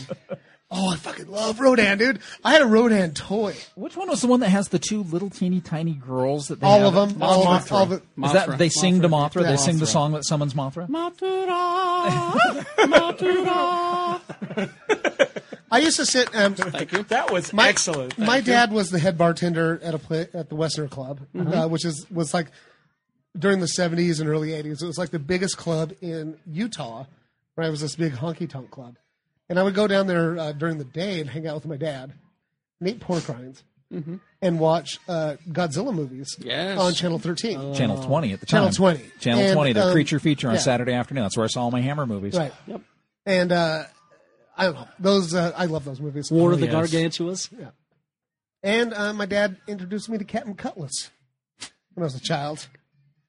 D: oh, I fucking love Rodan, dude. I had a Rodan toy.
G: Which one was the one that has the two little teeny tiny girls that they
D: All
G: have?
D: of them. All, of them, all the.
A: Mothra.
G: Is that they sing to Mothra?
D: Yeah.
G: They sing the song that summons Mothra.
A: Mothra, Mothra.
D: I used to sit. Um,
A: Thank you.
E: That was excellent. Thank
D: my
E: you.
D: dad was the head bartender at a play, at the Westerner Club, uh, which is was like during the seventies and early eighties. It was like the biggest club in Utah, where it was this big honky tonk club, and I would go down there uh, during the day and hang out with my dad, and eat pork rinds, and watch uh, Godzilla movies
A: Yes.
D: on Channel Thirteen.
G: Channel 20 at the time.
D: Channel 20.
G: Channel
D: And,
G: 20, the
D: um,
G: creature feature on
D: yeah.
G: Saturday afternoon. That's where I saw all my Hammer movies.
D: Right. Yep. And uh, I don't know those. Uh, I love those movies. Oh,
F: War of the
E: Oh, yes.
F: Gargantuas.
D: And uh, my dad introduced me to Captain Cutlass when I was a child.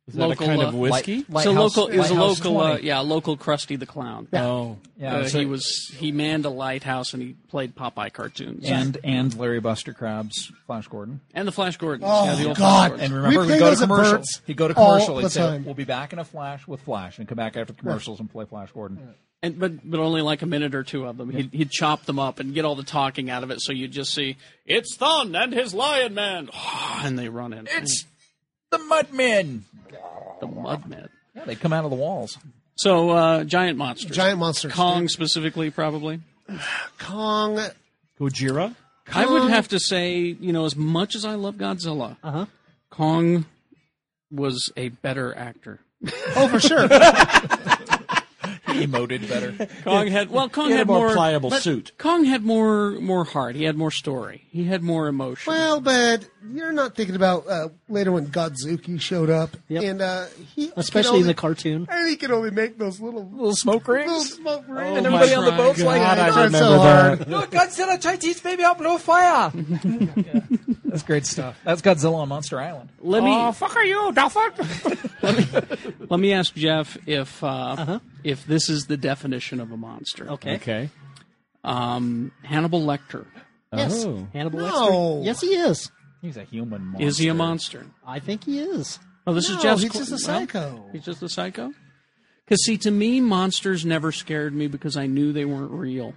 E: Is that
A: Local,
E: a kind
A: uh,
E: of whiskey?
G: Light-
A: so
G: Lighthouse-
A: local is a
G: Lighthouse
A: local, uh,
G: 20.
A: yeah, local Krusty the Clown.
E: oh,
G: Yeah,
A: Uh,
G: so-
A: he was he manned a lighthouse and he played Popeye cartoons
G: and and Larry Buster Krabs, Flash Gordon.
A: and the Flash Gordon.
D: Oh,
A: yeah, the old
D: God.
A: Flash
G: And
A: Gordon.
G: remember,
D: We
G: we
D: play
G: go to
D: those at
G: commercial.
D: Burt's
G: He'd go to
D: all
G: commercial.
D: the
G: He'd say,
D: time.
G: "We'll be back in a flash with Flash," and come back after commercials and play Flash Gordon.
A: And, but but only like a minute or two of them. He'd, he'd chop them up and get all the talking out of it. So you just see it's Thun and his Lion Man, and they run in it's
G: The Mudmen.
A: the Mud Man.
G: Yeah, they come out of the walls.
A: So uh, giant monsters,
D: Giant monsters.
A: Kong specifically, probably.
D: Kong.
E: Gojira.
A: I would have to say, you know, as much as I love Godzilla,
F: Uh-huh.
A: Kong was a better actor.
D: Oh, for sure.
G: He emoted better.
A: Kong had well, Kong
E: He had a
A: had
E: more
A: more
E: pliable suit.
A: Kong had more more heart. He had more story. He had more emotion.
D: well, but you're not thinking about uh, later when Godzuki showed up,
F: Yep.
D: and uh, he
F: Especially
D: could
F: in
D: only-
F: the cartoon.
D: And he could only make those little
G: Little smoke
D: little
G: rings.
D: smoke rings.
G: and everybody on the
A: my
G: boat's like,
E: God, I
D: That's so
E: remember
D: hard.
E: that.
G: Godzilla, Chinese baby out, blow fire. That's great stuff. That's Godzilla on Monster Island.
A: let me
E: Oh, fuck are you, Dolphin?
A: let me ask Jeff if uh, if this is the definition of a monster.
F: Uh-huh. Okay.
E: okay.
A: Um, Hannibal Lecter
F: Yes.
E: Oh.
F: Hannibal
D: No.
F: Lecter. Yes, he is.
G: He's a human monster.
A: is he a monster?
F: I think he is.
A: Well, this
D: No,
A: is Jeff's.
D: he's
A: qu-
D: just a
A: well,
D: psycho.
A: he's just a psycho. Because see, to me, monsters never scared me because I knew they weren't real.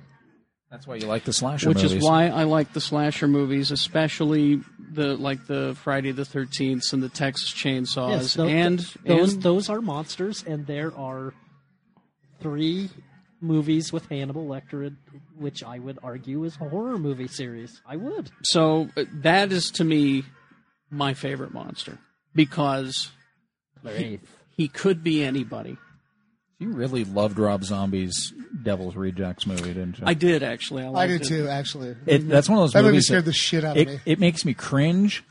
G: That's why you like the slasher
A: which
G: movies.
A: is why I like the slasher movies, especially the like the Friday the Thirteenth and the Texas Chainsaws,
F: Yes, tho-
A: and
F: those
A: and
F: those are monsters, and there are three movies with Hannibal Lecter, in- which I would argue is a horror movie series. I would.
A: so uh, that is to me my favorite monster because he could be anybody.
G: You really loved Rob Zombie's Devil's Rejects movie, didn't you?
A: I did actually. I,
D: I
A: liked
D: did
A: it.
D: too, actually.
G: It, that's one of those
D: That movie
G: movies
D: scared the shit out of
G: it,
D: me.
G: it makes me cringe,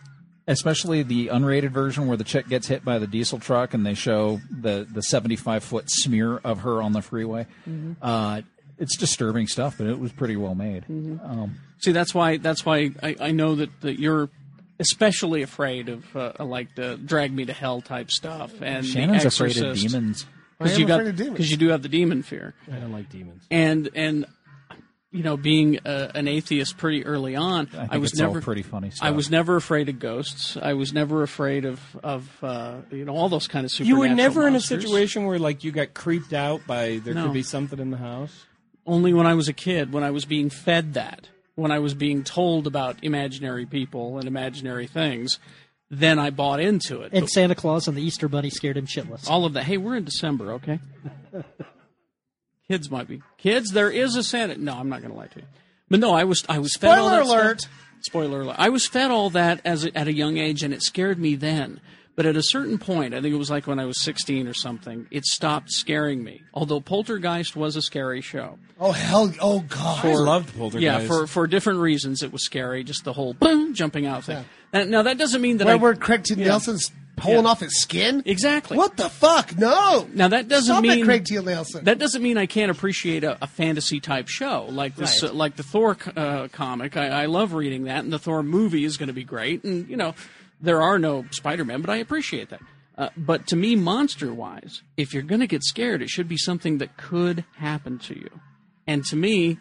G: especially the unrated version where the chick gets hit by the diesel truck and they show the the seventy five foot smear of her on the freeway.
A: Mm-hmm.
G: Uh, it's disturbing stuff, but it was pretty well made.
A: Mm-hmm.
G: Um,
A: See, that's why that's why I, I know that, that you're especially afraid of uh, like the drag me to hell type stuff and The
G: Shannon's afraid of
A: Exorcist.
G: demons.
D: I
A: because
D: am
A: you got
D: afraid of demons.
A: because you do have the demon fear.
E: I don't like demons.
A: and and you know being a, an atheist pretty early on i,
G: think
A: was
G: it's all
A: never
G: pretty funny stuff.
A: i was never afraid of ghosts i was never afraid of of uh, you know all those kind of
E: You
A: supernatural
E: were never in
A: monsters.
E: a situation where like you got creeped out by there
A: No.
E: could be something in the house.
A: only when i was a kid when i was being fed that when I was being told about imaginary people and imaginary things, then I bought into it.
F: And Santa Claus and the Easter Bunny scared him shitless.
A: all of that. Hey, we're in December, okay? Kids might be kids. There is a Santa. No, I'm not going to lie to you. But no, I was I was fed all
D: Spoiler
A: that stuff-
D: alert.
A: Spoiler alert! I was fed all that as a, at a young age, and it scared me then. But at a certain point, I think it was like when I was 16 or something, it stopped scaring me. Although Poltergeist was a scary show.
D: Oh hell! Oh god!
E: I loved Poltergeist.
A: Yeah, for, for different reasons, it was scary. Just the whole boom jumping out thing. And- Now that doesn't mean that
D: Where
A: I
D: where Craig T. Nelson's pulling
A: Yeah.
D: off his skin?
A: exactly
D: What the fuck? No.
A: Now that doesn't
D: Stop
A: mean
D: it, Craig T. Nelson.
A: That doesn't mean I can't appreciate a, a fantasy type show like this, uh, like the Thor c- uh, comic. I, I love reading that, and the Thor movie is going to be great. And you know, there are no Spider Man, but I appreciate that. Uh, but to me, monster wise, if you're going to get scared, it should be something that could happen to you. And to me,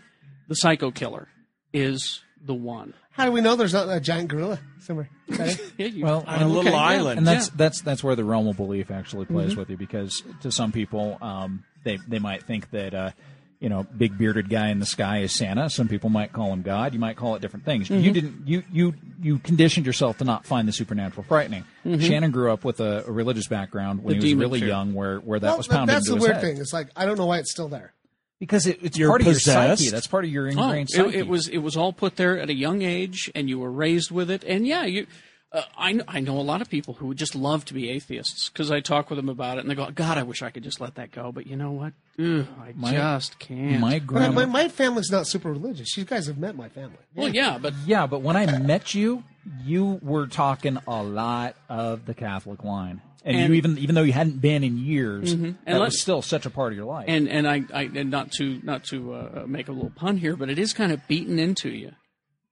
A: the Psycho Killer is the one.
D: How do we know there's not a giant gorilla somewhere? Okay.
A: Yeah, you-
G: Well,
E: on a little
A: okay, yeah.
E: island.
G: and that's
A: Yeah.
G: that's that's where the realm of belief actually plays with you because to some people um, they they might think that uh, you know big bearded guy in the sky is Santa. Some people might call him God. You might call it different things. You didn't you you you conditioned yourself to not find the supernatural frightening. Shannon grew up with a, a religious background when
A: The
G: he was
A: demon
G: really
A: fear.
G: young, where where that
D: Well,
G: was
D: that-
G: pounded
D: that's
G: into
D: the
G: his
D: weird
G: head.
D: thing. It's like I don't know why it's still there.
G: because it, it's
E: You're
G: part of your psyche.
E: possessed.
G: That's part of your
A: Oh,
G: ingrained
A: it,
G: psyche.
A: it was it was all put there at a young age, and you were raised with it. And yeah, you, uh, I kn- I know a lot of people who would just love to be atheists because I talk with them about it, and they go, "God, I wish I could just let that go," but you know what? Ugh, I just can't.
G: my
D: My,
G: grandma.
D: my, my family's not super religious. You guys have met my family.
A: well, yeah, but
G: Yeah, but when I met you, you were talking a lot of the Catholic line, and,
A: And- Mm-hmm.
G: you even even though you hadn't been in years, that
A: let-
G: was still such a part of your life.
A: and and I, I and not to not to uh, make a little pun here, but it is kind of beaten into you.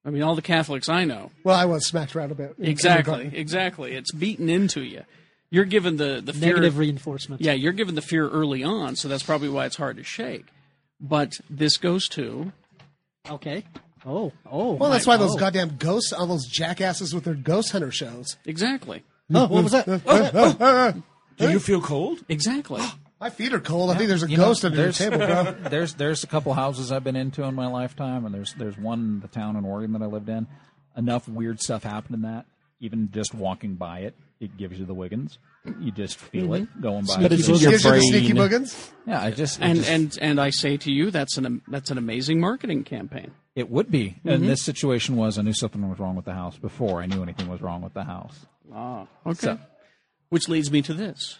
A: I mean, all the Catholics I know,
D: Well, I was smacked around a bit. in
A: exactly,
D: kindergarten.
A: exactly, it's beaten into you. You're given the the fear
F: Negative
A: of-
F: reinforcement.
A: Yeah, you're given the fear early on, so that's probably why it's hard to shake. But this goes to
F: Okay. Oh. Oh.
D: Well, that's why those
F: oh.
D: goddamn ghosts, all those jackasses with their ghost hunter shows.
A: exactly,
F: Oh, what was that?
A: Oh,
E: Do you feel cold?
A: exactly.
D: My feet are cold. I think there's a
G: know,
D: ghost under your
G: there's-
D: table, bro.
G: there's there's a couple houses I've been into in my lifetime, and there's there's one in the town in Oregon that I lived in. Enough weird stuff happened in that. Even just walking by it, it gives you the Wiggins. You just feel it going by.
F: But
G: You
F: it's
G: just-
F: just-
D: Gives you the
F: brain.
D: sneaky boogans.
G: yeah, I just
A: Mm-hmm. and
G: it just-
A: and and I say to you, that's an that's an amazing marketing campaign.
G: it would be.
A: Mm-hmm.
G: And this situation was, I knew something was wrong with the house before I knew anything was wrong with the house.
A: Okay, which leads me to this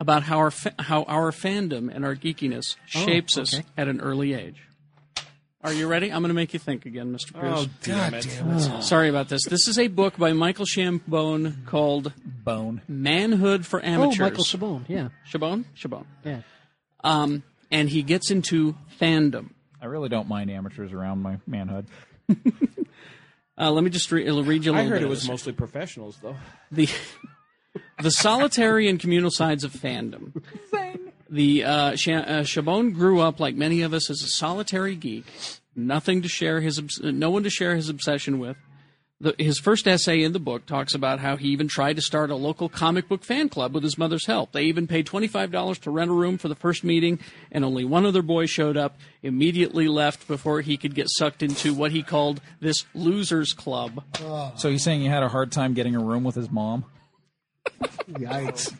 A: about how our fa- how our fandom and our geekiness shapes us
F: Oh, okay.
A: at an early age. Are you ready? I'm going to make you think again,
F: Oh,
A: Mr. Pierce.
E: damn it!
A: Sorry about this. This is a book by Michael Shambone called
G: Bone.
A: Mm. Manhood for
F: Oh,
A: Amateurs.
F: Michael Chabon. Yeah.
A: Chabon? Chabon.
F: Yeah.
A: Um, and he gets into fandom.
G: I really don't mind amateurs around my manhood.
A: Uh, let me just re- I'll read you a
E: I
A: little
E: heard
A: bit
E: it
A: of
E: was
A: this.
E: mostly professionals, though.
A: the the solitary and communal sides of fandom. The uh, Sha uh, Chabon grew up like many of us as a solitary geek, nothing to share his obs- uh, no one to share his obsession with. The, his first essay in the book talks about how he even tried to start a local comic book fan club with his mother's help. They even paid twenty five dollars to rent a room for the first meeting, and only one other boy showed up. Immediately left before he could get sucked into what he called this losers club.
G: So you're saying you had a hard time getting a room with his mom?
D: Yikes.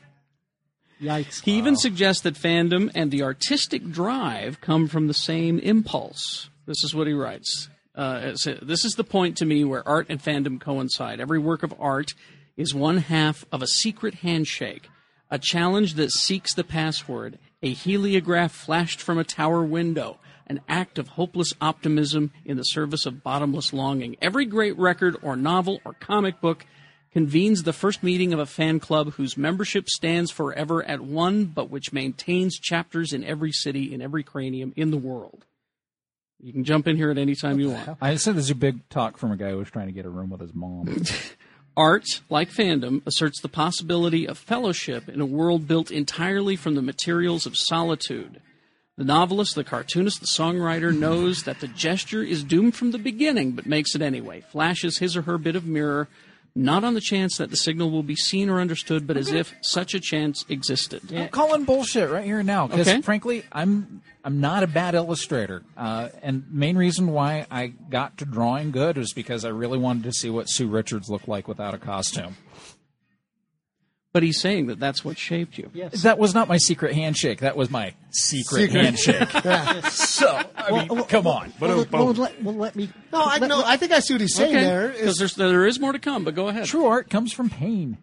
F: Yikes.
A: He even suggests that fandom and the artistic drive come from the same impulse. This is what he writes. Uh, it's- this is the point to me where art and fandom coincide. Every work of art is one half of a secret handshake, a challenge that seeks the password, a heliograph flashed from a tower window, an act of hopeless optimism in the service of bottomless longing. Every great record or novel or comic book convenes the first meeting of a fan club whose membership stands forever at one, but which maintains chapters in every city, in every cranium in the world. You can jump in here at any time you want.
G: I said this is a big talk from a guy who was trying to get a room with his mom.
A: Art, like fandom, asserts the possibility of fellowship in a world built entirely from the materials of solitude. The novelist, the cartoonist, the songwriter knows that the gesture is doomed from the beginning, but makes it anyway, flashes his or her bit of mirror not on the chance that the signal will be seen or understood, but as if such a chance existed.
G: I'm calling bullshit right here and now because,
A: Okay.
G: frankly, I'm I'm not a bad illustrator. Uh, and main reason why I got to drawing good was because I really wanted to see what Sue Richards looked like without a costume.
A: But he's saying that that's what shaped you.
F: Yes.
G: That was not my secret handshake. That was my secret,
D: Secret.
G: handshake. so I mean, come on.
F: Well, well, well, let, well, let me.
D: No, I, no, I think I see what he's saying there.
A: Because
D: Is,
A: there's there is more to come, but go ahead.
G: True art comes from pain.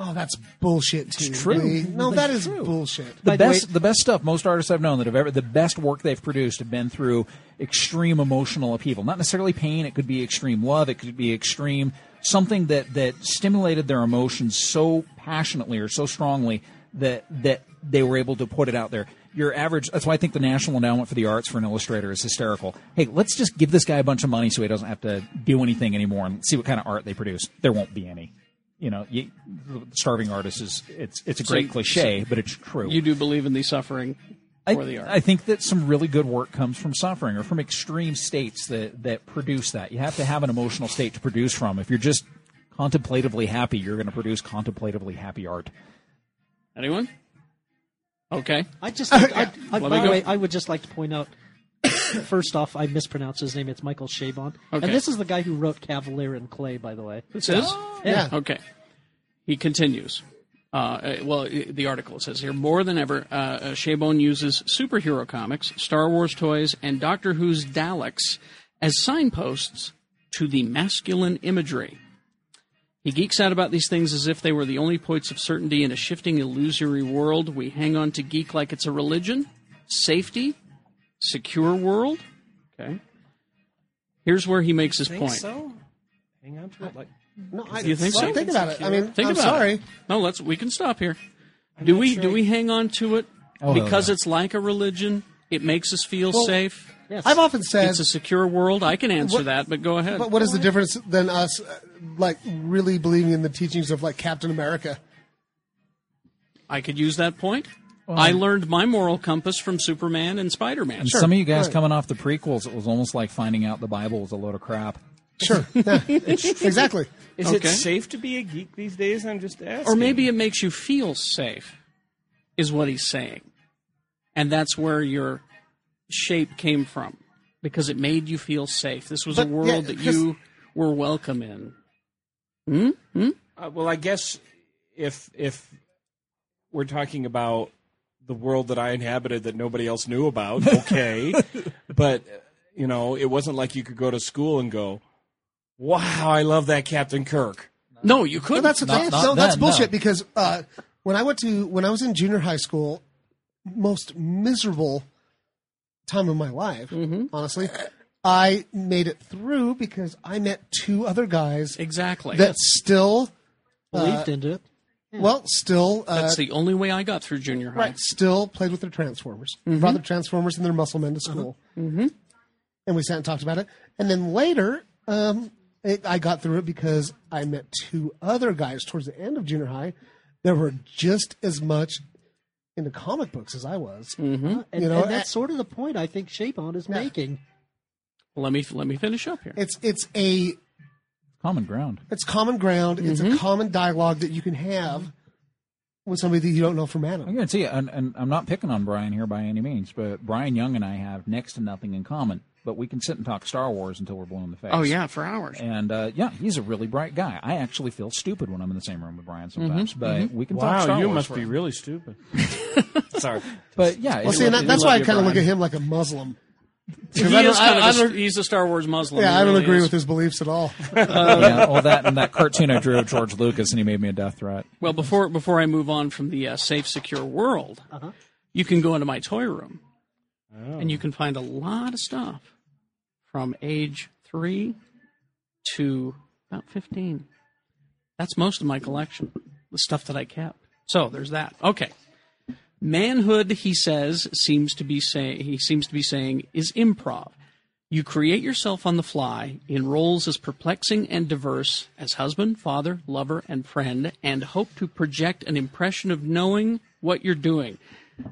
D: oh, that's bullshit, too.
G: true.
D: Lee. No,
G: It's
D: that is
G: true.
D: bullshit.
G: The
F: By the
G: best,
F: way-
G: the best stuff most artists I've known that have ever, the best work they've produced have been through extreme emotional upheaval. Not necessarily pain. It could be extreme love. It could be extreme something that that stimulated their emotions so passionately or so strongly that that they were able to put it out there. Your average. That's why I think the National Endowment for the Arts for an illustrator is hysterical. Hey, let's just give this guy a bunch of money so he doesn't have to do anything anymore, and see what kind of art they produce. There won't be any. You know, you, starving artists is it's it's a great
A: you-
G: cliche, but it's true.
A: You do believe in the suffering
G: I,
A: for the art.
G: I think that some really good work comes from suffering or from extreme states that, that produce that. You have to have an emotional state to produce from. If you're just contemplatively happy, you're going to produce contemplatively happy art.
A: Anyone? Okay.
F: I just. I, I,
A: Let me
F: by the
A: go.
F: way, I would just like to point out. First off, I mispronounced his name. It's Michael Chabon,
A: Okay.
F: and this is the guy who wrote Cavalier and Clay. By the way,
A: This is
F: yeah.
A: okay. He continues. Uh, Uh, well, i- the article says here more than ever, uh, uh, Chabon uses superhero comics, Star Wars toys, and Doctor Who's Daleks as signposts to the masculine imagery. He geeks out about these things as if they were the only points of certainty in a shifting illusory world. We hang on to geek like it's a religion, safety, secure world. Okay. Here's where he makes his point.
E: Hang on to it. Like,
D: No, I,
A: You think
D: well,
A: so?
D: Think about it. I mean,
A: Think
D: I'm
A: about
D: sorry.
A: it. No, let's. We can stop here. do we do we hang on to it
G: Oh, hell
A: because
G: yeah.
A: it's like a religion? It makes us feel safe.
F: Yes.
D: I've often said,
A: It's a secure world. I can answer
D: What-
A: that, but go ahead.
D: but what is the difference than us, uh, like, really believing in the teachings of, like, Captain America?
A: I could use that point. I learned my moral compass from Superman and Spider Man.
G: And some of you guys coming off the prequels, it was almost like finding out the Bible was a load of crap.
D: Sure. Yeah. exactly.
E: is
A: Okay.
E: it safe to be a geek these days? I'm just asking.
A: Or maybe it makes you feel safe, is what he's saying. And that's where your shape came from, because it made you feel safe. This was a
D: But, yeah,
A: world that you were welcome in.
E: Uh, well, I guess if if we're talking about the world that I inhabited that nobody else knew about, okay. but uh, you know, it wasn't like you could go to school and go, "Wow, I love that Captain Kirk."
A: No, you couldn't.
D: Well, that's what
G: Not-
D: they-
G: not
D: no, that's
G: then,
D: bullshit.
G: no.
D: Because uh, when I went to when I was in junior high school, most miserable time of my life,
G: Mm-hmm.
D: honestly, I made it through because I met two other guys
A: exactly.
D: that still, Uh,
F: believed into it.
G: Hmm.
D: well, still, uh,
A: That's the only way I got through junior high.
D: right, still played with their Transformers,
A: Mm-hmm.
D: brought their Transformers and their muscle men to
A: Uh-huh.
D: school, and we sat and talked about it. And then later, um, it, I got through it because I met two other guys towards the end of junior high that were just as much into comic books as I was.
A: Mm.
F: And,
D: You know,
F: and
D: I-
F: that's sort of the point I think Chabon is making.
A: Let me let me finish up here.
D: It's it's a
G: Common ground.
D: it's common ground. It's
A: Mm-hmm.
D: a common dialogue that you can have with somebody that you don't know from
G: I'm
D: Adam.
G: going to tell you, and, and I'm not picking on Brian here by any means, but Brian Young and I have next to nothing in common, but we can sit and talk Star Wars until we're blue in the face.
A: Oh yeah, for hours.
G: And uh, yeah, he's a really bright guy. I actually feel stupid when I'm in the same room with Brian sometimes, but we can talk Star
E: you
G: Wars
E: must
G: for
E: be
G: a-
E: really stupid. Sorry.
G: But yeah,
D: Well,
G: it-
D: see, and that,
A: we
D: that's
A: love
D: why I
A: you,
D: kind of look
A: Brian.
D: at him like a Muslim.
A: He
D: I don't-
A: is kind
D: I- I
A: of a-
D: don't-
A: he's a Star Wars Muslim.
D: Yeah,
A: He
D: I don't
A: really
D: agree
A: is.
D: with his beliefs at all.
G: yeah, all that and that cartoon I drew of George Lucas, and he made me a death threat.
A: Well, before before I move on from the uh, safe, secure world, you can go into my toy room, and you can find a lot of stuff from age three to about fifteen. That's most of my collection, the stuff that I kept. So there's that. Okay, manhood, he says, seems to be say he seems to be saying is improv. You create yourself on the fly in roles as perplexing and diverse as husband, father, lover, and friend, and hope to project an impression of knowing what you're doing.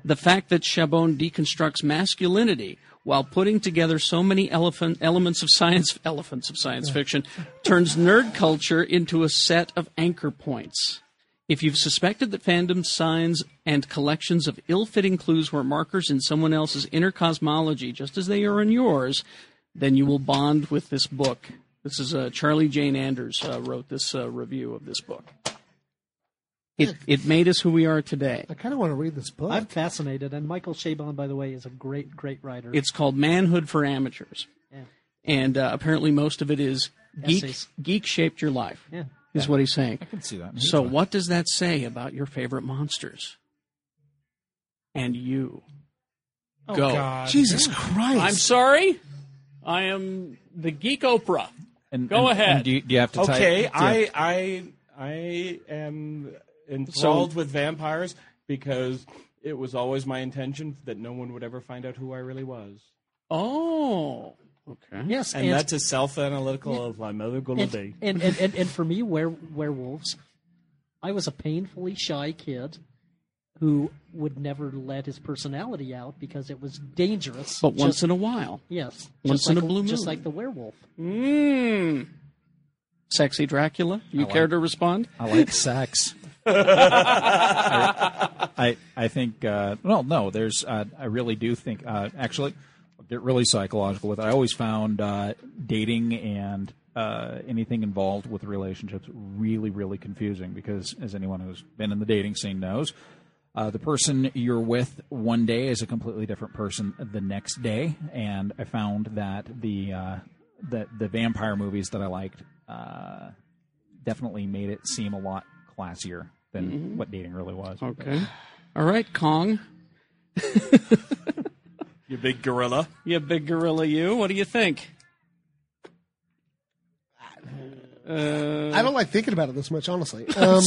A: The fact that Chabon deconstructs masculinity while putting together so many elephant elements of science elephants of science fiction turns nerd culture into a set of anchor points. If you've suspected that fandom signs and collections of ill-fitting clues were markers in someone else's inner cosmology just as they are in yours, then you will bond with this book. This is uh, Charlie Jane Anders uh, wrote this uh, review of this book. It it made us who we are today.
D: I kind of want to read this book.
F: I'm fascinated, and Michael Chabon, by the way, is a great, great writer.
A: It's called Manhood for Amateurs,
F: Yeah.
A: and uh, apparently most of it is geek
F: Essays.
A: geek shaped your life.
F: Yeah.
A: Is what he's saying.
G: I can see that.
A: So what does that say about your favorite monsters? And you.
F: Oh,
A: Go.
D: Jesus Christ!
A: I'm sorry. I am the geek Oprah.
G: And,
A: Go
G: and-
A: ahead.
G: and do, you, do you have to type? do
E: Okay,
G: you
E: I I I am enthralled with vampires because it was always my intention that no one would ever find out who I really was,
A: Oh. Okay.
F: yes,
E: and, that's a self-analytical of my mother
F: and, and, and, and, and for me, were, werewolves, I was a painfully shy kid who would never let his personality out because it was dangerous.
A: But once
F: Just-
A: in a while.
F: yes,
A: once
F: just
A: in
F: like
A: a blue
F: just
A: moon.
F: like the werewolf.
A: Mmm. Sexy Dracula, you care to respond?
G: I like sex. I, I I think uh, well no there's uh, I really do think uh, actually I'll get really psychological with it. I always found uh, dating and uh, anything involved with relationships really really confusing because as anyone who's been in the dating scene knows. Uh, the person you're with one day is a completely different person the next day, and I found that the uh, that the vampire movies that I liked uh, definitely made it seem a lot classier than what dating really was.
A: Okay. All right, Kong.
E: You big gorilla.
A: You big gorilla, you. What do you think?
D: I don't like thinking about it this much, honestly. Um,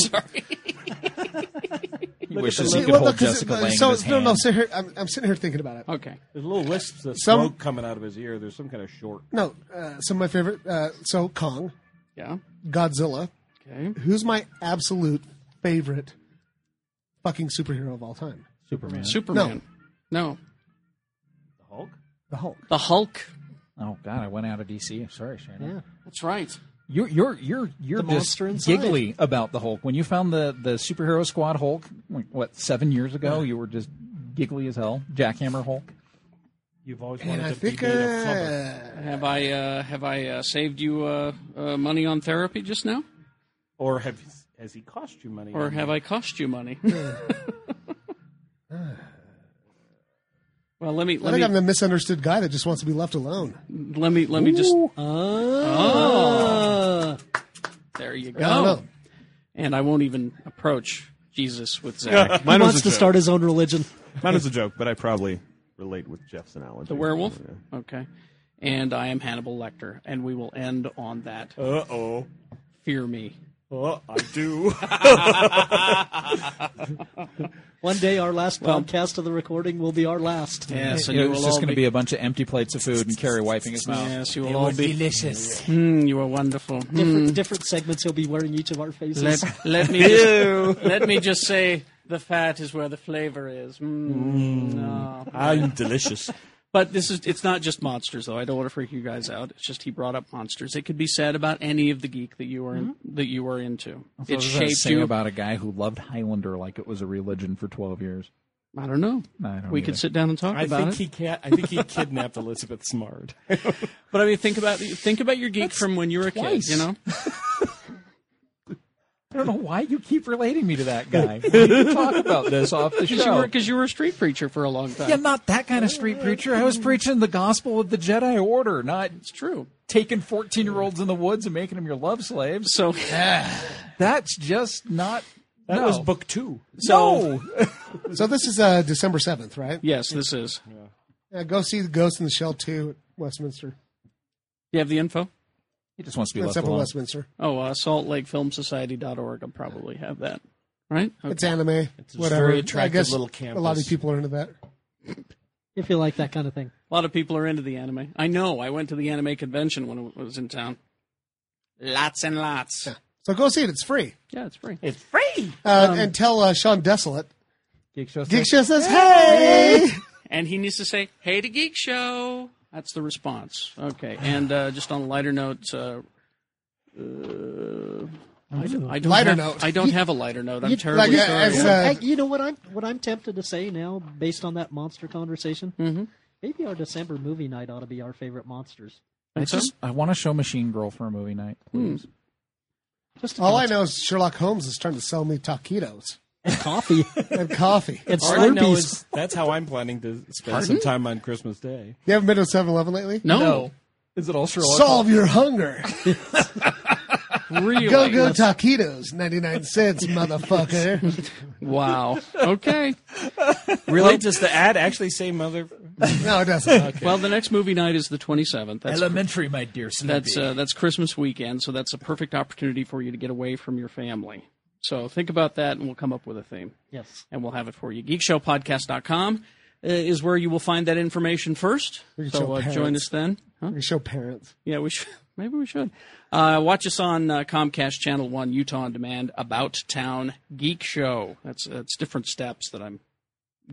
G: He wishes
D: see,
G: he could
D: well,
G: hold
D: look, 'cause-
G: Jessica
D: uh,
G: Lange
D: so,
G: in his
D: no, no,
G: hand.
D: sit here. I'm, I'm sitting here thinking about it.
A: Okay.
E: There's little wisps of
D: Some-
E: smoke coming out of his ear. There's some kind of short.
D: No, uh, some of my favorite. Uh, so Kong,
A: Yeah.
D: Godzilla.
A: Okay.
D: Who's my absolute favorite fucking superhero of all time?
G: Superman.
A: Superman. No.
E: Hulk.
D: The Hulk.
A: The Hulk.
G: Oh God, I went out of DC. I'm sorry, Shannon.
A: That's right.
G: You're you're you're you're
F: The
G: just
F: monster inside.
G: giggly about the Hulk. When you found the the superhero squad Hulk, like, what seven years ago, you were just giggly as hell. Jackhammer Hulk.
E: You've always wanted
D: And I
E: to be
D: think
E: made of flubber.
D: uh,
A: Have I uh, have I uh, saved you uh, uh, money on therapy just now,
E: Or have has he cost you money?
A: or have I cost you money?
D: Hmm.
A: well, let me
D: I
A: let
D: think I'm
A: me
D: the misunderstood guy that just wants to be left alone.
A: let me let me just. Oh. There you
D: I don't
A: go.
D: know.
A: And I won't even approach Jesus with Zach.
B: Mine
F: He
B: was
F: wants
B: a
F: to
B: joke.
F: start his own religion.
B: Mine was a joke, but I probably relate with Jeff's analogy.
A: the werewolf. Okay. And I am Hannibal Lecter, and we will end on that.
E: Uh oh.
A: Fear me.
E: Oh, I do.
F: One day, our last podcast of the recording will be our last.
A: Yes, and
G: You
A: you
G: know, it's
A: will
G: just
A: all
G: going to
A: be.
G: be a bunch of empty plates of food and Carrie wiping his mouth.
A: Yes, you will all be delicious. Mm, you are wonderful. Mm.
F: Different, different segments he'll be wearing each of our faces.
A: Let, let me just, let me just say the fat is where the flavor is. Mm, no.
E: I'm delicious.
A: But this is it's not just monsters though. I don't want to freak you guys out. It's just he brought up monsters. It could be said about any of the geek that you are in,
G: Mm-hmm.
A: that you are into.
G: What
A: it
G: does that
A: shaped
G: say
A: you.
G: about a guy who loved Highlander like it was a religion for twelve years.
A: I don't know.
G: I don't
A: we
G: either.
A: could sit down and talk
E: I
A: about
E: think
A: it.
E: he can't. I think he kidnapped Elizabeth Smart.
D: Oh.
A: but I mean, think about think about your geek from when you were a
G: twice.
A: kid. You know,
G: I don't know why you keep relating me to that guy. We need to talk about this off the
A: because you were
G: show.
A: because you were a street preacher for a long time.
G: Yeah, not that kind of street preacher. I was preaching the gospel of the Jedi Order, not
A: It's true.
G: taking 14 year olds in the woods and making them your love slaves.
A: So
G: That's just not.
E: That
G: no.
E: was book two.
G: No!
D: So this is uh, December seventh, right?
A: yes, this is.
D: Yeah, go see the Ghost in the Shell two at Westminster.
A: You have the info.
G: He just wants to be
D: That's
G: left
D: up at
G: alone.
D: Westminster.
A: Oh, uh, saltlakefilmsociety.org. I'll probably have that. Right?
D: It's anime.
E: a
D: whatever.
E: very attractive
D: I guess
E: little
D: A lot of
E: campus.
D: people are into that.
F: if you like that kind of thing.
A: A lot of people are into the anime. I know. I went to the anime convention when I was in town. Lots and lots.
D: So go see it. It's free.
A: Yeah, it's free.
E: It's free.
D: Uh, and tell uh, Sean Desolate.
G: Geek show
D: Geek Show says, hey!
A: and he needs to say, "Hey, to Geek Show." That's the response. Okay, and uh, just on a lighter note, uh, uh, I, don't- I don't
D: Lighter
A: have,
D: note.
A: I don't have a lighter note. I'm
F: You-
A: terribly
D: like, uh,
A: sorry.
D: as, uh,
F: Hey, you know what I'm what I'm tempted to say now, based on that monster conversation. Mm-hmm. Maybe our December movie night ought to be our favorite monsters.
G: I just I want to show Machine Girl for a movie night,
A: Hmm.
G: please.
F: Just
D: All I know is Sherlock Holmes is trying to sell me taquitos
F: coffee
D: and coffee.
F: and
E: All I know
F: Slurpees.
E: is that's how I'm planning to spend some time on Christmas Day.
D: You haven't been to 7-Eleven lately?
A: no,
G: Is it all Sherlock?
D: Solve your hunger.
A: really.
D: Go go taquitos, ninety nine cents, motherfucker.
A: Wow. Okay.
E: Really? Does the ad actually say mother?
D: No, it doesn't.
A: Well, the next movie night is the 27th. That's
G: Elementary, my dear Snoopy.
A: that's uh, that's Christmas weekend, so that's a perfect opportunity for you to get away from your family. So think about that, and we'll come up with a theme.
F: Yes.
A: and we'll have it for you. Geekshowpodcast.com uh, is where you will find that information first.
D: can
A: So
D: show
A: uh, join
D: parents.
A: us then. Huh?
D: We show parents.
A: Yeah, we should. Maybe we should. Uh, watch us on uh, Comcast Channel 1, Utah on Demand, About Town Geek Show. That's, that's different steps that I'm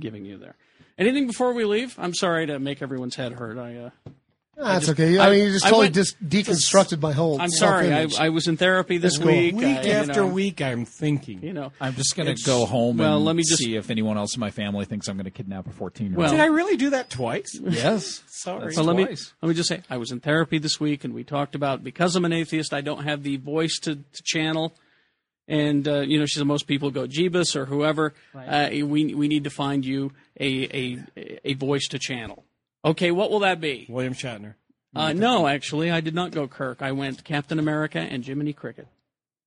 A: giving you there. Anything before we leave? I'm sorry to make everyone's head hurt. I, uh,
D: Ah, that's
A: just-
D: okay. I,
A: I-
D: mean, you just
A: I
D: totally
A: went-
D: just deconstructed my whole.
A: I'm sorry. I,
D: self-image.
A: I was in therapy this
D: That's cool.
A: week.
E: Week
A: I, you
E: after
A: know,
E: week, I'm thinking.
A: You know.
G: I'm just gonna go home
A: well,
G: and
A: let me just-
G: see if anyone else in my family thinks I'm gonna kidnap a 14 year old.
A: Well-
E: Did I really do that twice?
G: yes.
E: Sorry.
A: Well, let me
G: twice.
A: let me just say, I was in therapy this week, and we talked about because I'm an atheist, I don't have the voice to, to channel. And uh, you know, she said most people go Jeebus or whoever. Uh, we we need to find you a a a voice to channel. Okay, what will that be?
E: William Shatner.
A: Uh, no, actually, I did not go Kirk. I went Captain America and Jiminy Cricket.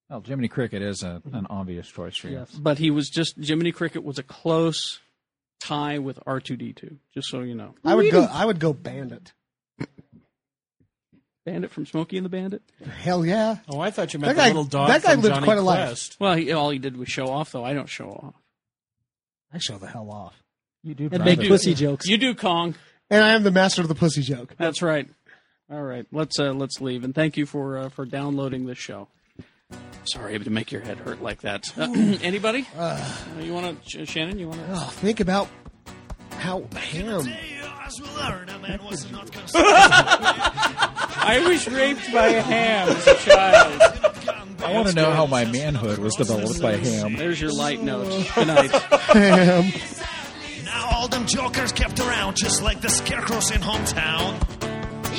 G: Well, Jiminy Cricket is a, an obvious choice for you.
F: Yes.
A: But he was just Jiminy Cricket was a close tie with R two D two. Just so you know,
D: I would go. I would go bandit.
A: Bandit from Smokey and the Bandit.
D: Hell yeah!
E: Oh, I thought you meant
D: That guy-
E: the little dog.
D: that guy
E: from
D: lived
E: Johnny
D: quite a life.
E: Quest.
A: Well, he, all he did was show off, though. I don't show off.
D: I show the hell off.
G: You do.
F: and
G: drive
F: make
G: a-
F: pussy jokes.
A: You do Kong.
D: And I am the master of the pussy joke.
A: That's right. All right, let's uh, let's leave, and thank you for uh, for downloading this show. Sorry to make your head hurt like that. Uh, anybody? Uh, you want to, Shannon? You want to?
D: Oh, think about how ham.
A: I was raped by a ham as a child.
G: I want to know how my manhood was developed by ham.
A: There's your light note. Good night.
D: Ham.
I: Now all them jokers kept around just like the scarecrows in hometown.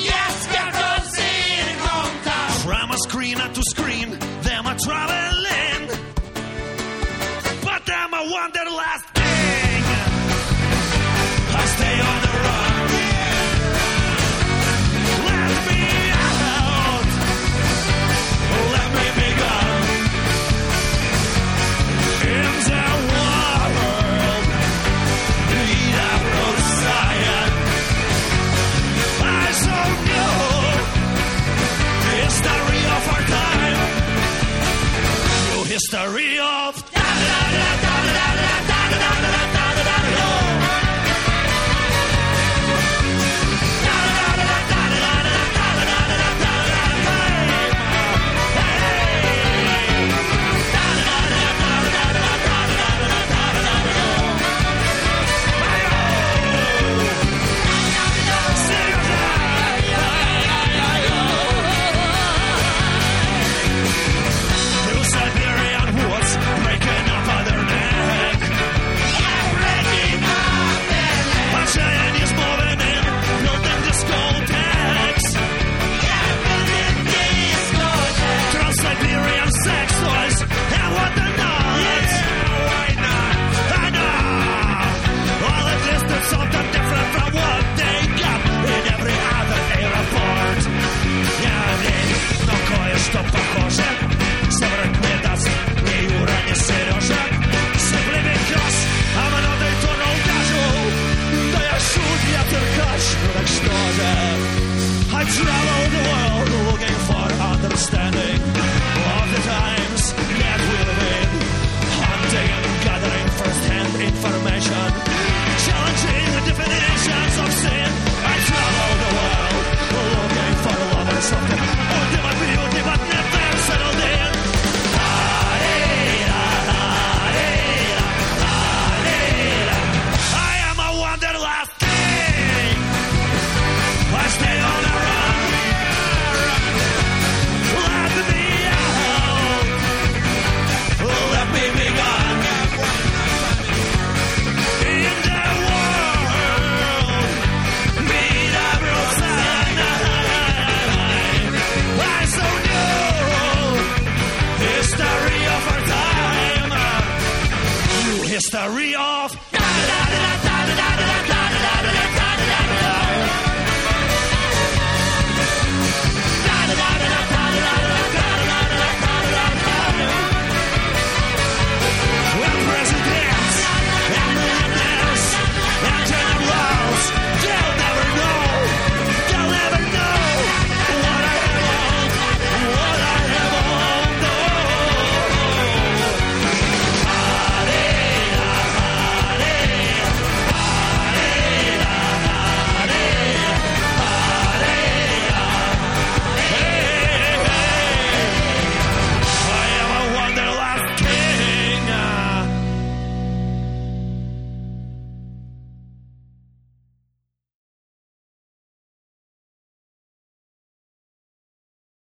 I: Yes, scarecrows in hometown. From a screen out to screen, them a traveling. But them a one their last thing. I stay on the run. Let me out. Let me be gone. In the world. History of Through Siberian woods, breaking up on their neck. Breaking up their neck. A giant is moving in, building discotheques. Building discotheques. Trans-Siberian sex toys, and what the nuts. why not? I know. uh, All it is that's something different from what they got in every other airport. Yeah, they no кое-что похоже. Собрать мне даст ни Юра, ни Сережа. Сыплеми крас, а молодой то не укажу. Да я шут, я циркач, ну так что же? I travel the world looking for understanding.